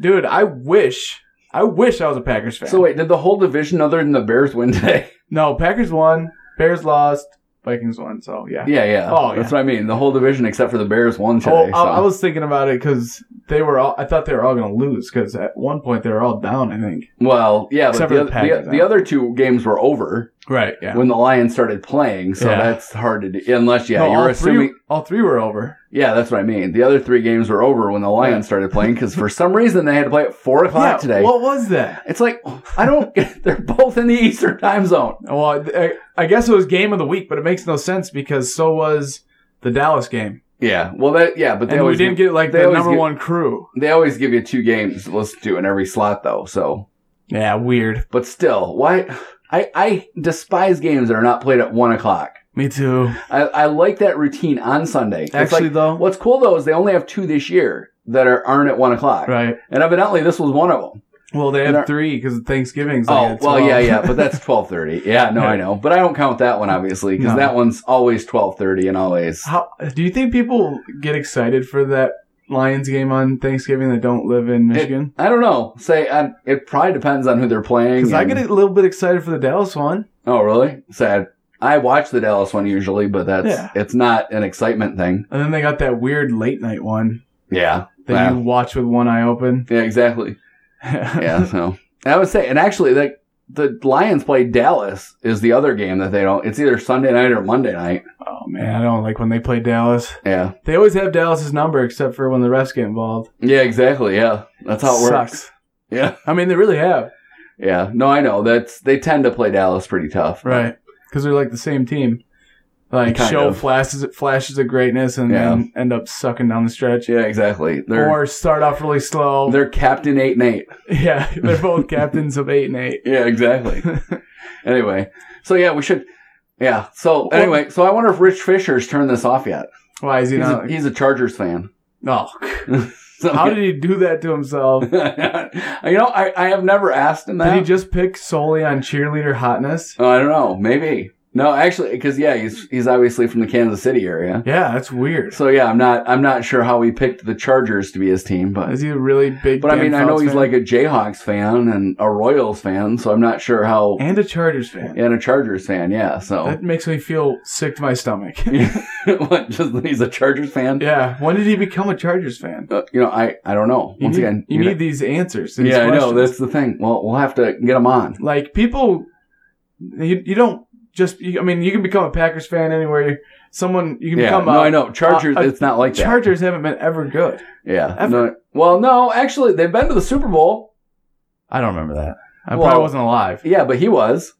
[SPEAKER 2] dude, I wish, I wish I was a Packers fan.
[SPEAKER 1] So wait, did the whole division other than the Bears win today?
[SPEAKER 2] no, Packers won, Bears lost, Vikings won. So yeah.
[SPEAKER 1] yeah, yeah.
[SPEAKER 2] Oh,
[SPEAKER 1] that's what I mean. The whole division except for the Bears won
[SPEAKER 2] Oh,
[SPEAKER 1] today.
[SPEAKER 2] I, I
[SPEAKER 1] so.
[SPEAKER 2] was thinking about it because they were all. I thought they were all going to lose because at one point they were all down. I think.
[SPEAKER 1] well, yeah, but
[SPEAKER 2] Except
[SPEAKER 1] the,
[SPEAKER 2] for the
[SPEAKER 1] oth- the,
[SPEAKER 2] Packers,
[SPEAKER 1] the,
[SPEAKER 2] huh?
[SPEAKER 1] other two games were over
[SPEAKER 2] Right. Yeah.
[SPEAKER 1] when the Lions started playing, so
[SPEAKER 2] Yeah.
[SPEAKER 1] that's hard to do. Unless, yeah,
[SPEAKER 2] No,
[SPEAKER 1] you're
[SPEAKER 2] all
[SPEAKER 1] assuming
[SPEAKER 2] Three, all three were over.
[SPEAKER 1] Yeah, that's what I mean. The other three games were over when the Lions started playing because for some reason they had to play at four o'clock
[SPEAKER 2] Yeah,
[SPEAKER 1] today.
[SPEAKER 2] What was that?
[SPEAKER 1] it's like I don't. they're both in the Eastern time zone.
[SPEAKER 2] Well, I, I guess it was game of the week, but it makes no sense because so was the Dallas game,
[SPEAKER 1] Yeah. Well, that yeah, but they
[SPEAKER 2] and we
[SPEAKER 1] always
[SPEAKER 2] didn't
[SPEAKER 1] give,
[SPEAKER 2] get like
[SPEAKER 1] they
[SPEAKER 2] the
[SPEAKER 1] always
[SPEAKER 2] number
[SPEAKER 1] get-
[SPEAKER 2] one crew.
[SPEAKER 1] they always give you two games to listen to in every slot though. So,
[SPEAKER 2] Yeah, weird.
[SPEAKER 1] but still, why? I I despise games that are not played at one o'clock.
[SPEAKER 2] Me too.
[SPEAKER 1] I, I like that routine on Sunday. It's
[SPEAKER 2] Actually,
[SPEAKER 1] like,
[SPEAKER 2] though,
[SPEAKER 1] what's cool though is they only have two this year that are aren't at one o'clock,
[SPEAKER 2] right?
[SPEAKER 1] and evidently this was one of them.
[SPEAKER 2] Well, they
[SPEAKER 1] And
[SPEAKER 2] have
[SPEAKER 1] our-
[SPEAKER 2] three because Thanksgiving's.
[SPEAKER 1] Oh
[SPEAKER 2] like at
[SPEAKER 1] well,
[SPEAKER 2] 12.
[SPEAKER 1] yeah, yeah, but that's twelve thirty. Yeah, no, I know, but I don't count that one obviously because
[SPEAKER 2] No.
[SPEAKER 1] that one's always twelve thirty and always.
[SPEAKER 2] How do you think people get excited for that Lions game on Thanksgiving that don't live in Michigan?
[SPEAKER 1] I don't know. Say I, it probably depends on who they're playing.
[SPEAKER 2] Because I
[SPEAKER 1] and-
[SPEAKER 2] get a little bit excited for the Dallas one.
[SPEAKER 1] Oh really? Sad. I watch the Dallas one usually, but that's it's not an excitement thing.
[SPEAKER 2] And then they got that weird late night one
[SPEAKER 1] Yeah.
[SPEAKER 2] that you watch with one eye open.
[SPEAKER 1] Yeah. Exactly. yeah. So I would say, and actually, like the Lions play Dallas is the other game that they don't. It's either Sunday night or Monday night.
[SPEAKER 2] oh man, I don't like when they play Dallas.
[SPEAKER 1] Yeah.
[SPEAKER 2] They always have Dallas's number except for when the refs get involved.
[SPEAKER 1] Yeah. Exactly. Yeah. That's how it works.
[SPEAKER 2] Sucks.
[SPEAKER 1] Yeah.
[SPEAKER 2] I mean, they really have
[SPEAKER 1] Yeah. No, I know. That's they tend to play Dallas pretty tough.
[SPEAKER 2] right because they're like the same team. Like
[SPEAKER 1] Kind
[SPEAKER 2] show
[SPEAKER 1] of.
[SPEAKER 2] flashes flashes of greatness and then end up sucking down the stretch.
[SPEAKER 1] Yeah. Exactly. They're
[SPEAKER 2] or start off really slow.
[SPEAKER 1] they're captain eight and eight.
[SPEAKER 2] Yeah, they're both captains of eight and eight.
[SPEAKER 1] Yeah. Exactly. anyway. So yeah, we should. Yeah. So anyway, so I wonder if Rich Fisher's turned this off yet.
[SPEAKER 2] Why is he
[SPEAKER 1] He's,
[SPEAKER 2] not?
[SPEAKER 1] a, he's a Chargers fan.
[SPEAKER 2] oh,
[SPEAKER 1] So,
[SPEAKER 2] how did he do that to himself?
[SPEAKER 1] you know, I, I have never asked him that.
[SPEAKER 2] Did he just pick solely on cheerleader hotness?
[SPEAKER 1] Oh, I don't know. Maybe. No, actually, because yeah, he's he's obviously from the Kansas City area.
[SPEAKER 2] Yeah, that's weird.
[SPEAKER 1] So yeah, I'm not I'm not sure how he picked the Chargers to be his team, but
[SPEAKER 2] Is he a really big?
[SPEAKER 1] but I
[SPEAKER 2] Dan
[SPEAKER 1] mean I know
[SPEAKER 2] Fouts
[SPEAKER 1] he's
[SPEAKER 2] fan?
[SPEAKER 1] like a Jayhawks fan and a Royals fan, so I'm not sure how
[SPEAKER 2] and a Chargers fan.
[SPEAKER 1] and a Chargers fan, yeah. So
[SPEAKER 2] That makes me feel sick to my stomach.
[SPEAKER 1] what? Just that he's a Chargers fan.
[SPEAKER 2] yeah, when did he become a Chargers fan?
[SPEAKER 1] Uh, you know, I I don't know.
[SPEAKER 2] You
[SPEAKER 1] Once
[SPEAKER 2] need,
[SPEAKER 1] again,
[SPEAKER 2] you
[SPEAKER 1] you
[SPEAKER 2] need these answers. to
[SPEAKER 1] know-
[SPEAKER 2] these
[SPEAKER 1] yeah, I know
[SPEAKER 2] questions.
[SPEAKER 1] that's the thing. Well, we'll have to get him on.
[SPEAKER 2] like people you, you don't just you, i mean you can become a packers fan anywhere someone you can Uh,
[SPEAKER 1] Yeah,
[SPEAKER 2] become
[SPEAKER 1] no,
[SPEAKER 2] a,
[SPEAKER 1] I know Chargers.
[SPEAKER 2] a- a
[SPEAKER 1] it's not like that.
[SPEAKER 2] chargers haven't been ever good
[SPEAKER 1] Yeah.
[SPEAKER 2] Ever.
[SPEAKER 1] No- well, no, actually, they've been to the Super Bowl.
[SPEAKER 2] i don't remember that i
[SPEAKER 1] Well-
[SPEAKER 2] probably wasn't alive
[SPEAKER 1] Yeah, but he was.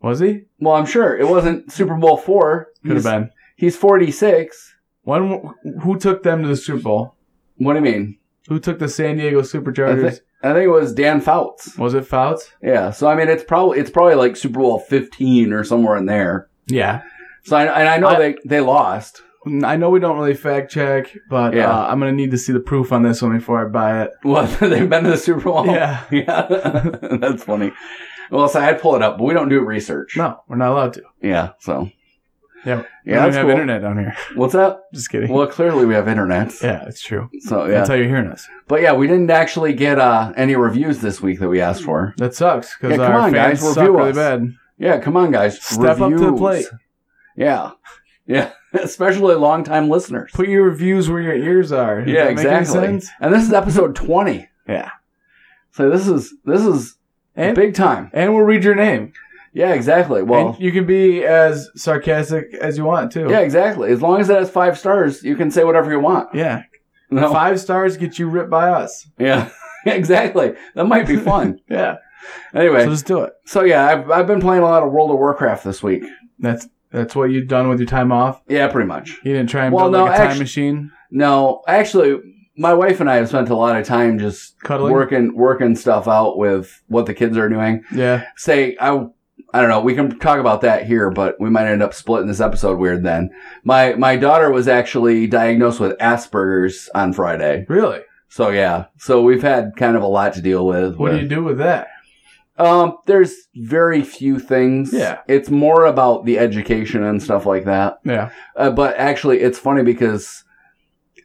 [SPEAKER 2] was he
[SPEAKER 1] Well, I'm sure it wasn't Super Bowl four.
[SPEAKER 2] could have
[SPEAKER 1] He's-
[SPEAKER 2] been
[SPEAKER 1] He's 46.
[SPEAKER 2] when who took them to the super bowl
[SPEAKER 1] What do you mean?
[SPEAKER 2] who took the san diego superchargers
[SPEAKER 1] I think it was Dan Fouts.
[SPEAKER 2] was it fouts
[SPEAKER 1] Yeah. So I mean, it's probably it's probably like Super Bowl 15 or somewhere in there.
[SPEAKER 2] yeah
[SPEAKER 1] So I, and I know
[SPEAKER 2] I-
[SPEAKER 1] they they lost.
[SPEAKER 2] i know we don't really fact check but
[SPEAKER 1] Yeah.
[SPEAKER 2] uh, i'm gonna need to see the proof on this one before i buy it
[SPEAKER 1] Well, they've been to the Super Bowl.
[SPEAKER 2] yeah
[SPEAKER 1] Yeah. That's funny. Well, so I'd pull it up, but we don't do research.
[SPEAKER 2] no we're not allowed to
[SPEAKER 1] Yeah. So.
[SPEAKER 2] Yeah. we
[SPEAKER 1] Yeah.
[SPEAKER 2] don't
[SPEAKER 1] That's
[SPEAKER 2] even have
[SPEAKER 1] cool.
[SPEAKER 2] internet on here
[SPEAKER 1] What's up?
[SPEAKER 2] just kidding
[SPEAKER 1] Well, clearly we have internet.
[SPEAKER 2] yeah it's true
[SPEAKER 1] So Oh, yeah.
[SPEAKER 2] that's how you're hearing us
[SPEAKER 1] But yeah, we didn't actually get uh, any reviews this week that we asked for.
[SPEAKER 2] That sucks because
[SPEAKER 1] Yeah, come
[SPEAKER 2] our
[SPEAKER 1] on,
[SPEAKER 2] fans
[SPEAKER 1] guys,
[SPEAKER 2] suck
[SPEAKER 1] review
[SPEAKER 2] really
[SPEAKER 1] us.
[SPEAKER 2] bad.
[SPEAKER 1] Yeah, come on, guys.
[SPEAKER 2] Step up to the
[SPEAKER 1] Reviews.
[SPEAKER 2] plate.
[SPEAKER 1] Yeah. Yeah. Especially longtime listeners.
[SPEAKER 2] Put your reviews where your ears are. Does
[SPEAKER 1] yeah,
[SPEAKER 2] that make any
[SPEAKER 1] exactly.
[SPEAKER 2] sense?
[SPEAKER 1] And this is episode 20.
[SPEAKER 2] Yeah.
[SPEAKER 1] So this is this is
[SPEAKER 2] And
[SPEAKER 1] big time.
[SPEAKER 2] and we'll read your name.
[SPEAKER 1] Yeah, exactly. Well,
[SPEAKER 2] and you can be as sarcastic as you want too.
[SPEAKER 1] yeah, exactly. As long as it has 5 stars, you can say whatever you want.
[SPEAKER 2] yeah.
[SPEAKER 1] No.
[SPEAKER 2] Five stars get you ripped by us.
[SPEAKER 1] Yeah. exactly. That might be fun.
[SPEAKER 2] Yeah,
[SPEAKER 1] anyway,
[SPEAKER 2] so
[SPEAKER 1] so,
[SPEAKER 2] just do it.
[SPEAKER 1] yeah, I've I've been playing a lot of World of Warcraft this week.
[SPEAKER 2] That's that's what you've done with your time off.
[SPEAKER 1] Yeah, pretty much.
[SPEAKER 2] You didn't try and
[SPEAKER 1] Well, no,
[SPEAKER 2] build like a time
[SPEAKER 1] actu-
[SPEAKER 2] machine.
[SPEAKER 1] No, actually, my wife and I have spent a lot of time just
[SPEAKER 2] Cuddling?
[SPEAKER 1] working working stuff out with what the kids are doing.
[SPEAKER 2] Yeah,
[SPEAKER 1] Say, I I don't know. We can talk about that here, but we might end up splitting this episode weird. Then my my daughter was actually diagnosed with Asperger's on Friday,
[SPEAKER 2] really.
[SPEAKER 1] so yeah. So we've had kind of a lot to deal with.
[SPEAKER 2] What do you do with that?
[SPEAKER 1] do? Um, there's very few things.
[SPEAKER 2] Yeah.
[SPEAKER 1] it's more about the education and stuff like that.
[SPEAKER 2] Yeah,
[SPEAKER 1] Uh, but actually, it's funny because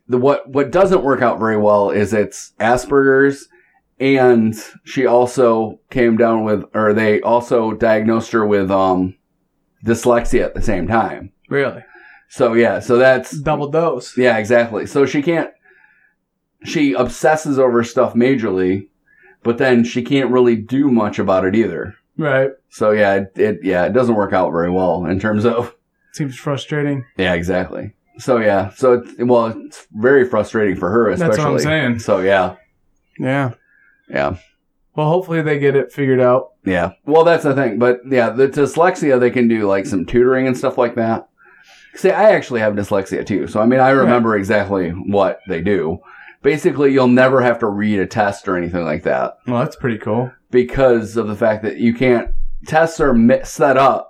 [SPEAKER 1] the what what doesn't work out very well is it's Asperger's, and she also came down with, or they also diagnosed her with um dyslexia at the same time.
[SPEAKER 2] really.
[SPEAKER 1] So yeah, so that's
[SPEAKER 2] Double dose.
[SPEAKER 1] yeah, exactly. So she can't. She obsesses over stuff majorly, but then she can't really do much about it either.
[SPEAKER 2] Right.
[SPEAKER 1] So yeah, it, it yeah it doesn't work out very well in terms of
[SPEAKER 2] Seems frustrating.
[SPEAKER 1] yeah, exactly. So yeah, so it's, well, it's very frustrating for her, especially.
[SPEAKER 2] That's what I'm saying.
[SPEAKER 1] So yeah,
[SPEAKER 2] Yeah.
[SPEAKER 1] yeah,
[SPEAKER 2] Well, hopefully they get it figured out.
[SPEAKER 1] yeah. Well, that's the thing, but yeah, the dyslexia they can do like some tutoring and stuff like that. See, I actually have dyslexia too, so I mean, I remember exactly what they do. Basically, you'll never have to read a test or anything like that
[SPEAKER 2] Well, that's pretty cool.
[SPEAKER 1] because of the fact that you can't tests are mi- set up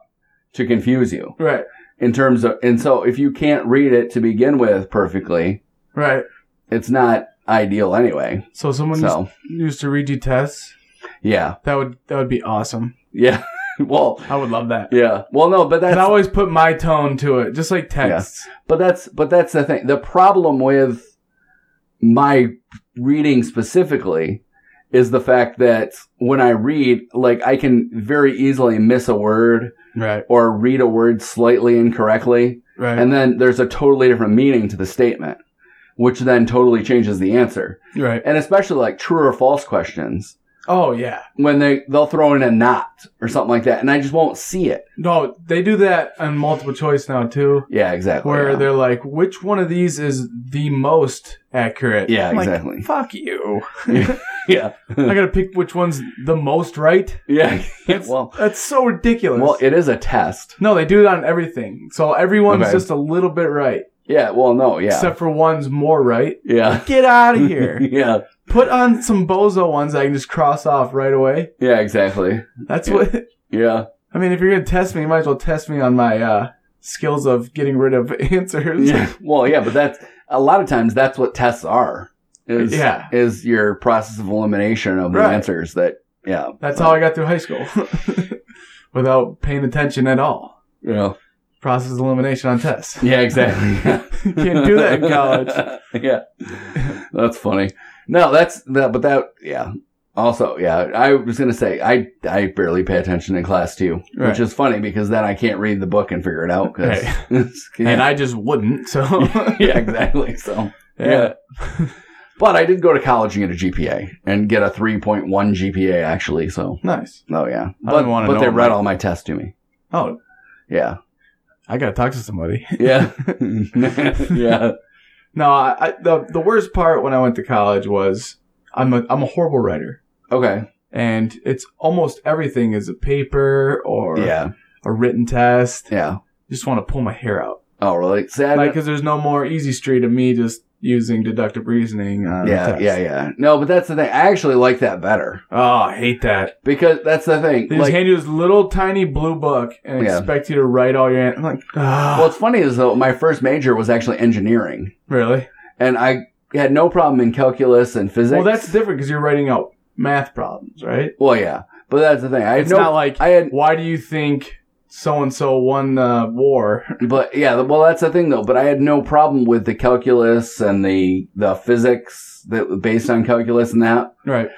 [SPEAKER 1] to confuse you
[SPEAKER 2] Right.
[SPEAKER 1] in terms of, and so if you can't read it to begin with perfectly,
[SPEAKER 2] Right.
[SPEAKER 1] it's not ideal anyway.
[SPEAKER 2] So someone used,
[SPEAKER 1] So
[SPEAKER 2] used to read you tests.
[SPEAKER 1] yeah,
[SPEAKER 2] That would that would be awesome.
[SPEAKER 1] yeah. well,
[SPEAKER 2] I would love that.
[SPEAKER 1] yeah. Well, no, but
[SPEAKER 2] 'Cause I
[SPEAKER 1] that's
[SPEAKER 2] always put my tone to it, just like texts.
[SPEAKER 1] but that's but that's the thing. The problem with my reading specifically is the fact that when I read, like I can very easily miss a word
[SPEAKER 2] Right,
[SPEAKER 1] or read a word slightly incorrectly,
[SPEAKER 2] right,
[SPEAKER 1] and then there's a totally different meaning to the statement, which then totally changes the answer.
[SPEAKER 2] right.
[SPEAKER 1] And especially like true or false questions.
[SPEAKER 2] Oh yeah.
[SPEAKER 1] when they they'll throw in a not or something like that, and I just won't see it.
[SPEAKER 2] No, they do that on multiple choice now too,
[SPEAKER 1] Yeah, exactly.
[SPEAKER 2] where
[SPEAKER 1] Oh, yeah.
[SPEAKER 2] they're like, which one of these is the most accurate?
[SPEAKER 1] Yeah,
[SPEAKER 2] I'm like,
[SPEAKER 1] exactly.
[SPEAKER 2] Fuck you.
[SPEAKER 1] yeah,
[SPEAKER 2] I gotta pick which one's the most right.
[SPEAKER 1] yeah.
[SPEAKER 2] That's,
[SPEAKER 1] well,
[SPEAKER 2] that's so ridiculous.
[SPEAKER 1] well, it is a test.
[SPEAKER 2] no, they do it on everything. So everyone's
[SPEAKER 1] Okay.
[SPEAKER 2] just a little bit right,
[SPEAKER 1] Yeah. Well, no. Yeah.
[SPEAKER 2] except for one's more right.
[SPEAKER 1] yeah.
[SPEAKER 2] Get out of here.
[SPEAKER 1] yeah.
[SPEAKER 2] Put on some bozo ones I can just cross off right away.
[SPEAKER 1] Yeah. Exactly.
[SPEAKER 2] That's what.
[SPEAKER 1] Yeah.
[SPEAKER 2] I mean, if you're gonna test me, you might as well test me on my uh, skills of getting rid of answers.
[SPEAKER 1] yeah. Well, yeah, but that's a lot of times that's what tests are. Is,
[SPEAKER 2] Yeah.
[SPEAKER 1] Is your process of elimination of the
[SPEAKER 2] Right.
[SPEAKER 1] answers that. Yeah.
[SPEAKER 2] That's how I got through high school without paying attention at all.
[SPEAKER 1] Yeah.
[SPEAKER 2] Process elimination on tests.
[SPEAKER 1] Yeah. Exactly.
[SPEAKER 2] Can't do that in college.
[SPEAKER 1] yeah, that's funny. No, that's that, but that yeah. Also, yeah, I was gonna say I I barely pay attention in class too,
[SPEAKER 2] Right.
[SPEAKER 1] which is funny because then I can't read the book and figure it out. 'cause- yeah,
[SPEAKER 2] And I just wouldn't. So
[SPEAKER 1] yeah, exactly. So
[SPEAKER 2] Yeah.
[SPEAKER 1] yeah. But I did go to college and get a GPA and get a 3.1 GPA actually. So,
[SPEAKER 2] nice.
[SPEAKER 1] oh yeah.
[SPEAKER 2] I
[SPEAKER 1] But,
[SPEAKER 2] don't wanna
[SPEAKER 1] but
[SPEAKER 2] know
[SPEAKER 1] they
[SPEAKER 2] about-
[SPEAKER 1] read all my tests to me.
[SPEAKER 2] Oh,
[SPEAKER 1] Yeah.
[SPEAKER 2] I gotta talk to somebody.
[SPEAKER 1] Yeah. yeah.
[SPEAKER 2] No, I, I, the the worst part when I went to college was I'm a I'm a horrible writer,
[SPEAKER 1] Okay.
[SPEAKER 2] and it's almost everything is a paper or
[SPEAKER 1] Yeah.
[SPEAKER 2] a written test.
[SPEAKER 1] Yeah.
[SPEAKER 2] Just want to pull my hair out.
[SPEAKER 1] Oh, really? See, I
[SPEAKER 2] Like,
[SPEAKER 1] didn't-
[SPEAKER 2] because there's no more easy street of me just using deductive reasoning. On a
[SPEAKER 1] yeah,
[SPEAKER 2] test.
[SPEAKER 1] yeah, yeah. No, but that's the thing. I actually like that better
[SPEAKER 2] Oh, I hate that.
[SPEAKER 1] because that's the thing.
[SPEAKER 2] They just
[SPEAKER 1] Like,
[SPEAKER 2] hand you this little tiny blue book and
[SPEAKER 1] Yeah.
[SPEAKER 2] expect you to write all your. An- I'm like, ah,
[SPEAKER 1] what's funny is though, my first major was actually engineering,
[SPEAKER 2] really?
[SPEAKER 1] and I had no problem in calculus and physics.
[SPEAKER 2] Well, that's different because you're writing out math problems, right?
[SPEAKER 1] well, yeah, but that's the thing. I had
[SPEAKER 2] It's
[SPEAKER 1] no,
[SPEAKER 2] not like
[SPEAKER 1] I had,
[SPEAKER 2] why do you think so and so won the war?
[SPEAKER 1] but yeah, well, that's the thing though. But I had no problem with the calculus and the the physics that was based on calculus and that.
[SPEAKER 2] Right.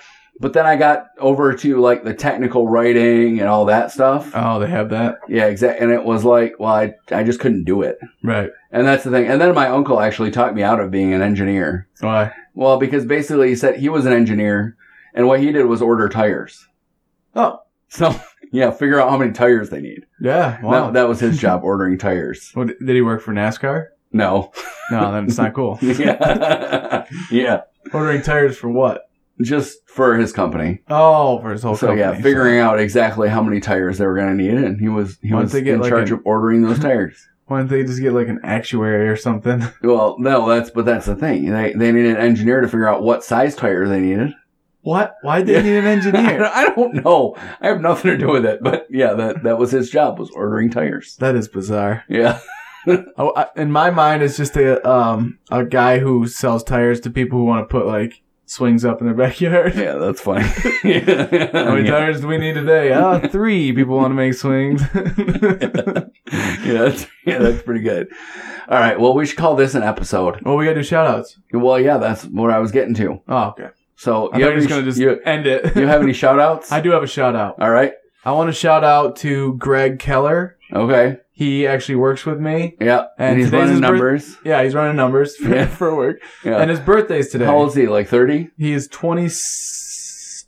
[SPEAKER 1] But then I got over to like the technical writing and all that stuff.
[SPEAKER 2] Oh, they have that.
[SPEAKER 1] Yeah, exactly. And it was like, well, I I just couldn't do it.
[SPEAKER 2] Right.
[SPEAKER 1] And that's the thing. And then my uncle actually taught me out of being an engineer.
[SPEAKER 2] Why?
[SPEAKER 1] Well, because basically he said he was an engineer and what he did was order tires.
[SPEAKER 2] Oh.
[SPEAKER 1] So, yeah, figure out how many tires they need.
[SPEAKER 2] Yeah. Wow.
[SPEAKER 1] That, that was his job, ordering tires.
[SPEAKER 2] What, did he work for NASCAR?
[SPEAKER 1] No.
[SPEAKER 2] No, then it's not cool.
[SPEAKER 1] yeah. yeah.
[SPEAKER 2] Ordering tires for what?
[SPEAKER 1] Just for his company.
[SPEAKER 2] Oh, for his whole
[SPEAKER 1] so,
[SPEAKER 2] company.
[SPEAKER 1] yeah, figuring out exactly how many tires they were going to need. And he was, he
[SPEAKER 2] Why don't
[SPEAKER 1] was
[SPEAKER 2] they get
[SPEAKER 1] in
[SPEAKER 2] like
[SPEAKER 1] charge
[SPEAKER 2] an-
[SPEAKER 1] of ordering those tires.
[SPEAKER 2] Why don't they just get like an actuary or something?
[SPEAKER 1] Well, no, that's, but that's the thing. They, they needed an engineer to figure out what size tire they needed.
[SPEAKER 2] What? Why did they need an
[SPEAKER 1] I
[SPEAKER 2] engineer?
[SPEAKER 1] don't- I don't know. I have nothing to do with it. But yeah, that, that was his job was ordering tires.
[SPEAKER 2] that is bizarre.
[SPEAKER 1] Yeah.
[SPEAKER 2] Oh, I, in my mind, it's just a um a guy who sells tires to people who want to put like swings up in their backyard.
[SPEAKER 1] Yeah, that's funny.
[SPEAKER 2] How many
[SPEAKER 1] yeah.
[SPEAKER 2] tires do we need today? Uh, three. People want to make swings.
[SPEAKER 1] Yeah, that's, yeah, that's pretty good. All right. Well, we should call this an episode.
[SPEAKER 2] well, we gotta do shout outs.
[SPEAKER 1] Well, yeah, that's what I was getting to.
[SPEAKER 2] Oh, okay.
[SPEAKER 1] So
[SPEAKER 2] I
[SPEAKER 1] you have,
[SPEAKER 2] thought you were
[SPEAKER 1] any,
[SPEAKER 2] just gonna just
[SPEAKER 1] you,
[SPEAKER 2] end it.
[SPEAKER 1] you have any shout outs?
[SPEAKER 2] I do have a shout out.
[SPEAKER 1] All right.
[SPEAKER 2] I want to shout out to Greg Keller.
[SPEAKER 1] Okay.
[SPEAKER 2] He actually works with me.
[SPEAKER 1] Yeah.
[SPEAKER 2] And
[SPEAKER 1] And, he's
[SPEAKER 2] today's
[SPEAKER 1] running
[SPEAKER 2] his birth-
[SPEAKER 1] numbers.
[SPEAKER 2] Yeah, he's running numbers for,
[SPEAKER 1] Yeah.
[SPEAKER 2] for work.
[SPEAKER 1] yeah.
[SPEAKER 2] And his birthday's today.
[SPEAKER 1] How old is he? Like 30?
[SPEAKER 2] He is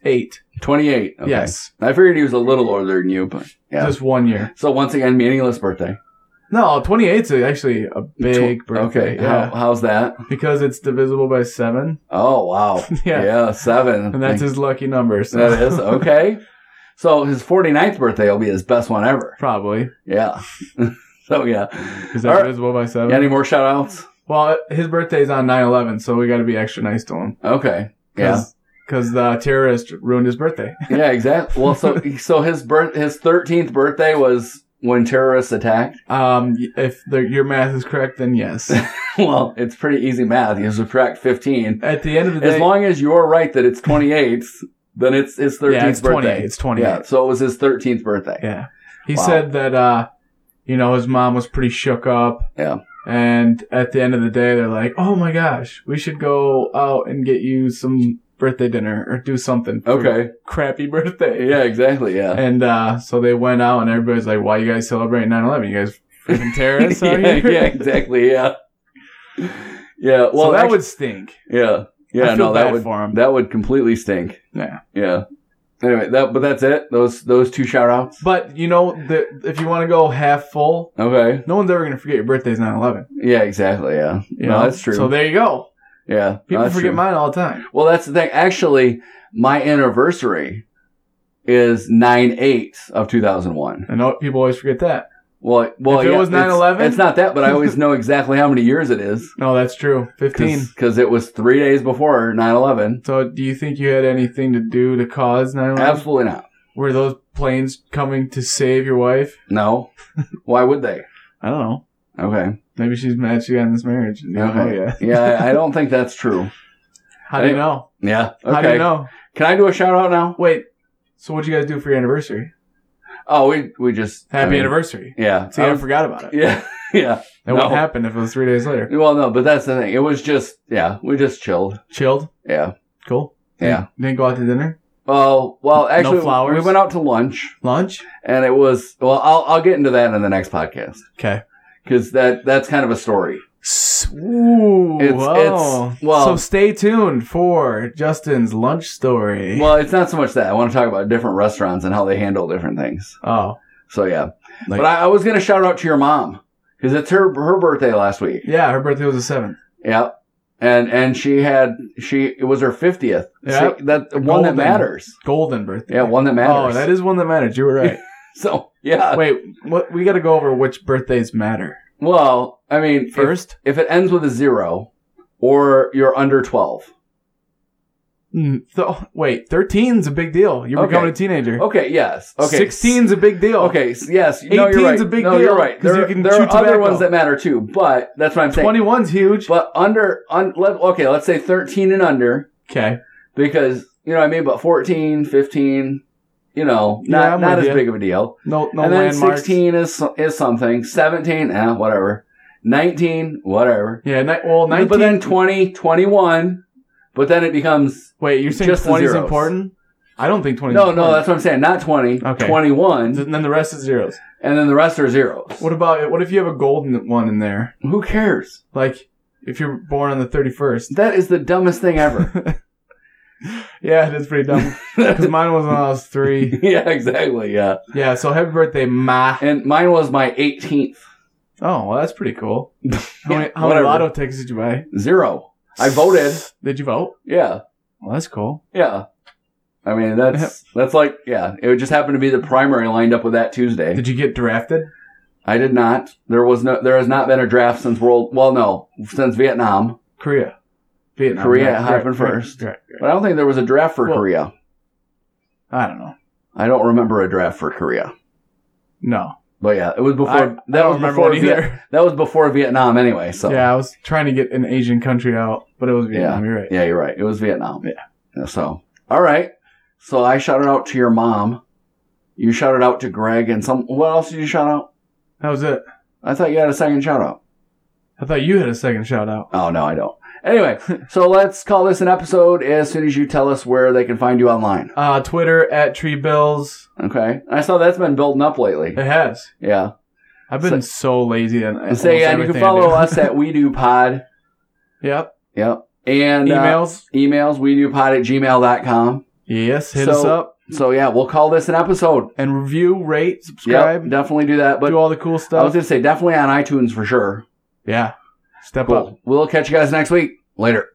[SPEAKER 2] 28.
[SPEAKER 1] 28. Okay.
[SPEAKER 2] Yes.
[SPEAKER 1] I figured he was a little older than you, but yeah.
[SPEAKER 2] Just one year.
[SPEAKER 1] so once again, meaningless birthday.
[SPEAKER 2] No, 28 is actually a big
[SPEAKER 1] Tw-
[SPEAKER 2] birthday.
[SPEAKER 1] Okay.
[SPEAKER 2] Yeah.
[SPEAKER 1] How, how's that?
[SPEAKER 2] Because it's divisible by seven.
[SPEAKER 1] Oh, wow.
[SPEAKER 2] Yeah.
[SPEAKER 1] yeah. Seven.
[SPEAKER 2] And that's his lucky number. So.
[SPEAKER 1] That is okay. So his 49th birthday will be his best one ever.
[SPEAKER 2] Probably.
[SPEAKER 1] Yeah. so yeah.
[SPEAKER 2] Is
[SPEAKER 1] All
[SPEAKER 2] that
[SPEAKER 1] right.
[SPEAKER 2] divisible by seven?
[SPEAKER 1] Yeah, any more shout outs?
[SPEAKER 2] Well, his birthday's on 9 11, so we got to be extra nice to him.
[SPEAKER 1] Okay. Yeah.
[SPEAKER 2] Because the terrorist ruined his birthday.
[SPEAKER 1] Yeah, exactly. Well, so so his birth his 13th birthday was when terrorists attacked?
[SPEAKER 2] Um, if the, your math is correct, then yes.
[SPEAKER 1] well, it's pretty easy math. You subtract 15.
[SPEAKER 2] At the end of the day,
[SPEAKER 1] As long as you're right that it's 28, then it's his 13th
[SPEAKER 2] yeah, it's twenty.
[SPEAKER 1] birthday.
[SPEAKER 2] It's twenty.
[SPEAKER 1] Yeah, so it was his 13th birthday.
[SPEAKER 2] Yeah. He
[SPEAKER 1] Wow.
[SPEAKER 2] said that, uh, you know, his mom was pretty shook up.
[SPEAKER 1] Yeah.
[SPEAKER 2] And at the end of the day, they're like, oh my gosh, we should go out and get you some birthday dinner or do something. for your
[SPEAKER 1] Okay.
[SPEAKER 2] Crappy birthday.
[SPEAKER 1] Yeah, exactly. Yeah.
[SPEAKER 2] And, uh, so they went out and everybody's like, why you guys celebrating 9 11? You guys freaking terrorists
[SPEAKER 1] yeah,
[SPEAKER 2] out here?
[SPEAKER 1] yeah, exactly. Yeah. Yeah. Well,
[SPEAKER 2] Well, that
[SPEAKER 1] actu-
[SPEAKER 2] would stink.
[SPEAKER 1] Yeah. Yeah.
[SPEAKER 2] I feel
[SPEAKER 1] no,
[SPEAKER 2] bad
[SPEAKER 1] that would
[SPEAKER 2] for him.
[SPEAKER 1] that would completely stink.
[SPEAKER 2] Yeah.
[SPEAKER 1] Yeah. Anyway, that but that's it. Those those two shout outs.
[SPEAKER 2] But, you know, the, if you want to go half full,
[SPEAKER 1] Okay.
[SPEAKER 2] no one's ever going to forget your birthday's 9 11.
[SPEAKER 1] Yeah. Exactly. Yeah. No, that's true.
[SPEAKER 2] So there you go.
[SPEAKER 1] yeah. no,
[SPEAKER 2] People
[SPEAKER 1] that's
[SPEAKER 2] forget
[SPEAKER 1] true.
[SPEAKER 2] mine all the time.
[SPEAKER 1] Well, that's the thing. Actually, my anniversary is nine eight of two thousand one.
[SPEAKER 2] I know people always forget that.
[SPEAKER 1] Well, well,
[SPEAKER 2] If it
[SPEAKER 1] yeah,
[SPEAKER 2] was
[SPEAKER 1] it's-
[SPEAKER 2] 9/11?
[SPEAKER 1] It's not that, but I always know exactly how many years it is
[SPEAKER 2] No, that's true. 15.
[SPEAKER 1] because it was three days before 9-11.
[SPEAKER 2] So, do you think you had anything to do to cause 9 11?
[SPEAKER 1] Absolutely not.
[SPEAKER 2] Were those planes coming to save your wife?
[SPEAKER 1] No. Why would they?
[SPEAKER 2] I don't know.
[SPEAKER 1] Okay.
[SPEAKER 2] Maybe she's mad she got in this marriage. You know,
[SPEAKER 1] Okay.
[SPEAKER 2] yeah.
[SPEAKER 1] Yeah, I I don't think that's true.
[SPEAKER 2] How do you know?
[SPEAKER 1] Yeah. Okay.
[SPEAKER 2] How do you know?
[SPEAKER 1] Can I do a shout out now?
[SPEAKER 2] Wait. So, what'd you guys do for your anniversary?
[SPEAKER 1] Oh, we we just
[SPEAKER 2] Happy
[SPEAKER 1] I mean,
[SPEAKER 2] anniversary.
[SPEAKER 1] Yeah.
[SPEAKER 2] See, I
[SPEAKER 1] Um,
[SPEAKER 2] forgot about it.
[SPEAKER 1] yeah. Yeah.
[SPEAKER 2] And what
[SPEAKER 1] no.
[SPEAKER 2] happened if it was three days later?
[SPEAKER 1] Well, no, but that's the thing. It was just yeah, we just chilled.
[SPEAKER 2] Chilled.
[SPEAKER 1] Yeah.
[SPEAKER 2] Cool.
[SPEAKER 1] Yeah.
[SPEAKER 2] Didn't, didn't go out to dinner?
[SPEAKER 1] Oh, well, actually,
[SPEAKER 2] flowers?
[SPEAKER 1] we went out to lunch,
[SPEAKER 2] Lunch?
[SPEAKER 1] and it was well. I'll I'll get into that in the next podcast
[SPEAKER 2] Okay.
[SPEAKER 1] because that that's kind of a story.
[SPEAKER 2] S- Ooh,
[SPEAKER 1] It's-
[SPEAKER 2] wow.
[SPEAKER 1] it's- well-
[SPEAKER 2] so stay tuned for Justin's lunch story.
[SPEAKER 1] Well, it's not so much that I want to talk about different restaurants and how they handle different things.
[SPEAKER 2] Oh,
[SPEAKER 1] So yeah,
[SPEAKER 2] Like-
[SPEAKER 1] but I, I was gonna shout out to your mom because it's her her birthday last week.
[SPEAKER 2] yeah, her birthday was the seventh.
[SPEAKER 1] Yep. And and she had she it was her fiftieth.
[SPEAKER 2] Yep.
[SPEAKER 1] that one that
[SPEAKER 2] Golden.
[SPEAKER 1] matters.
[SPEAKER 2] Golden birthday.
[SPEAKER 1] Yeah, one that matters.
[SPEAKER 2] Oh, that is one that matters. You were right.
[SPEAKER 1] so yeah.
[SPEAKER 2] Wait, what? We got to go over which birthdays matter
[SPEAKER 1] Well, I mean, if-
[SPEAKER 2] first.
[SPEAKER 1] if, it ends with a zero, or you're under twelve.
[SPEAKER 2] Mm, th- wait, thirteen's a big deal. You're
[SPEAKER 1] Okay.
[SPEAKER 2] becoming a teenager.
[SPEAKER 1] Okay. Yes. Okay.
[SPEAKER 2] sixteen's a big deal.
[SPEAKER 1] Okay. s- Yes. No, you're
[SPEAKER 2] 18's
[SPEAKER 1] right.
[SPEAKER 2] a big
[SPEAKER 1] no, you're
[SPEAKER 2] deal,
[SPEAKER 1] right.
[SPEAKER 2] 'cause
[SPEAKER 1] There,
[SPEAKER 2] you can
[SPEAKER 1] there are
[SPEAKER 2] chew
[SPEAKER 1] other
[SPEAKER 2] tobacco.
[SPEAKER 1] ones that matter too, but that's what I'm saying.
[SPEAKER 2] twenty-one's huge.
[SPEAKER 1] But under, un, let, okay, let's say thirteen and under.
[SPEAKER 2] Okay,
[SPEAKER 1] because you know what I mean, but 14, 15, you know,
[SPEAKER 2] Yeah,
[SPEAKER 1] not
[SPEAKER 2] I'm
[SPEAKER 1] not
[SPEAKER 2] with
[SPEAKER 1] as
[SPEAKER 2] you.
[SPEAKER 1] big of a deal.
[SPEAKER 2] no, no
[SPEAKER 1] and then
[SPEAKER 2] landmarks.
[SPEAKER 1] 16 is is something, 17, eh, whatever. 19, whatever.
[SPEAKER 2] Yeah, ni- well, nineteen.
[SPEAKER 1] But then 20, 21, but then it becomes
[SPEAKER 2] wait, you're saying
[SPEAKER 1] just the
[SPEAKER 2] twenty's
[SPEAKER 1] zeros.
[SPEAKER 2] important? I don't think twenty.
[SPEAKER 1] No, no, that's what I'm saying, not 20,
[SPEAKER 2] Okay.
[SPEAKER 1] 21,
[SPEAKER 2] and then the rest is zeros.
[SPEAKER 1] and then the rest are zeros.
[SPEAKER 2] What about what if you have a golden one in there?
[SPEAKER 1] Who cares?
[SPEAKER 2] Like if you're born on the thirty-first.
[SPEAKER 1] That is the dumbest thing ever.
[SPEAKER 2] Yeah, that's pretty dumb. Because mine was when I was three.
[SPEAKER 1] yeah, exactly, yeah.
[SPEAKER 2] Yeah, so happy birthday, Ma.
[SPEAKER 1] And mine was my 18th.
[SPEAKER 2] Oh, well, that's pretty cool. How many, how many
[SPEAKER 1] Whatever.
[SPEAKER 2] lotto tickets did you buy?
[SPEAKER 1] Zero. I voted.
[SPEAKER 2] Did you vote?
[SPEAKER 1] Yeah.
[SPEAKER 2] Well, that's cool.
[SPEAKER 1] Yeah. I mean, that's that's like yeah. It would just happen to be the primary lined up with that Tuesday.
[SPEAKER 2] Did you get drafted?
[SPEAKER 1] I did not. There was no. There has not been a draft since World. Well, no, since Vietnam.
[SPEAKER 2] Korea. Vietnam.
[SPEAKER 1] Korea
[SPEAKER 2] Correct,
[SPEAKER 1] happened
[SPEAKER 2] correct,
[SPEAKER 1] first.
[SPEAKER 2] correct, correct.
[SPEAKER 1] But I don't think there was a draft for
[SPEAKER 2] Well-
[SPEAKER 1] Korea.
[SPEAKER 2] I don't know.
[SPEAKER 1] I don't remember a draft for Korea.
[SPEAKER 2] No.
[SPEAKER 1] But yeah, it was before.
[SPEAKER 2] I,
[SPEAKER 1] that
[SPEAKER 2] I don't
[SPEAKER 1] was
[SPEAKER 2] remember
[SPEAKER 1] before
[SPEAKER 2] one
[SPEAKER 1] Viet-
[SPEAKER 2] either.
[SPEAKER 1] That was before Vietnam anyway. So
[SPEAKER 2] Yeah, I was trying to get an Asian country out, but it was Vietnam. You're right.
[SPEAKER 1] Yeah, you're right. It was Vietnam.
[SPEAKER 2] Yeah.
[SPEAKER 1] Yeah. So all right. So I shouted out to your mom. You shouted out to Greg and some. What else did you shout out?
[SPEAKER 2] That was it.
[SPEAKER 1] I thought you had a second shout out.
[SPEAKER 2] I thought you had a second shout out.
[SPEAKER 1] Oh no, I don't. Anyway, so let's call this an episode as soon as you tell us where they can find you online.
[SPEAKER 2] Uh, Twitter at Tree Bills.
[SPEAKER 1] Okay. I saw that's been building up lately.
[SPEAKER 2] It has.
[SPEAKER 1] Yeah.
[SPEAKER 2] I've been so, lazy and
[SPEAKER 1] And say and you can follow us at We Do Pod.
[SPEAKER 2] Yep.
[SPEAKER 1] Yep. And uh,
[SPEAKER 2] Emails.
[SPEAKER 1] emails we do pod at gmail.com.
[SPEAKER 2] Yes. Hit
[SPEAKER 1] so-
[SPEAKER 2] us up
[SPEAKER 1] So yeah, we'll call this an episode.
[SPEAKER 2] and review, rate, subscribe,
[SPEAKER 1] Yep, definitely do that. But
[SPEAKER 2] do all the
[SPEAKER 1] I
[SPEAKER 2] cool
[SPEAKER 1] was
[SPEAKER 2] stuff.
[SPEAKER 1] gonna say definitely on iTunes for sure.
[SPEAKER 2] yeah. Step up.
[SPEAKER 1] Cool. We'll catch you guys next week. Later.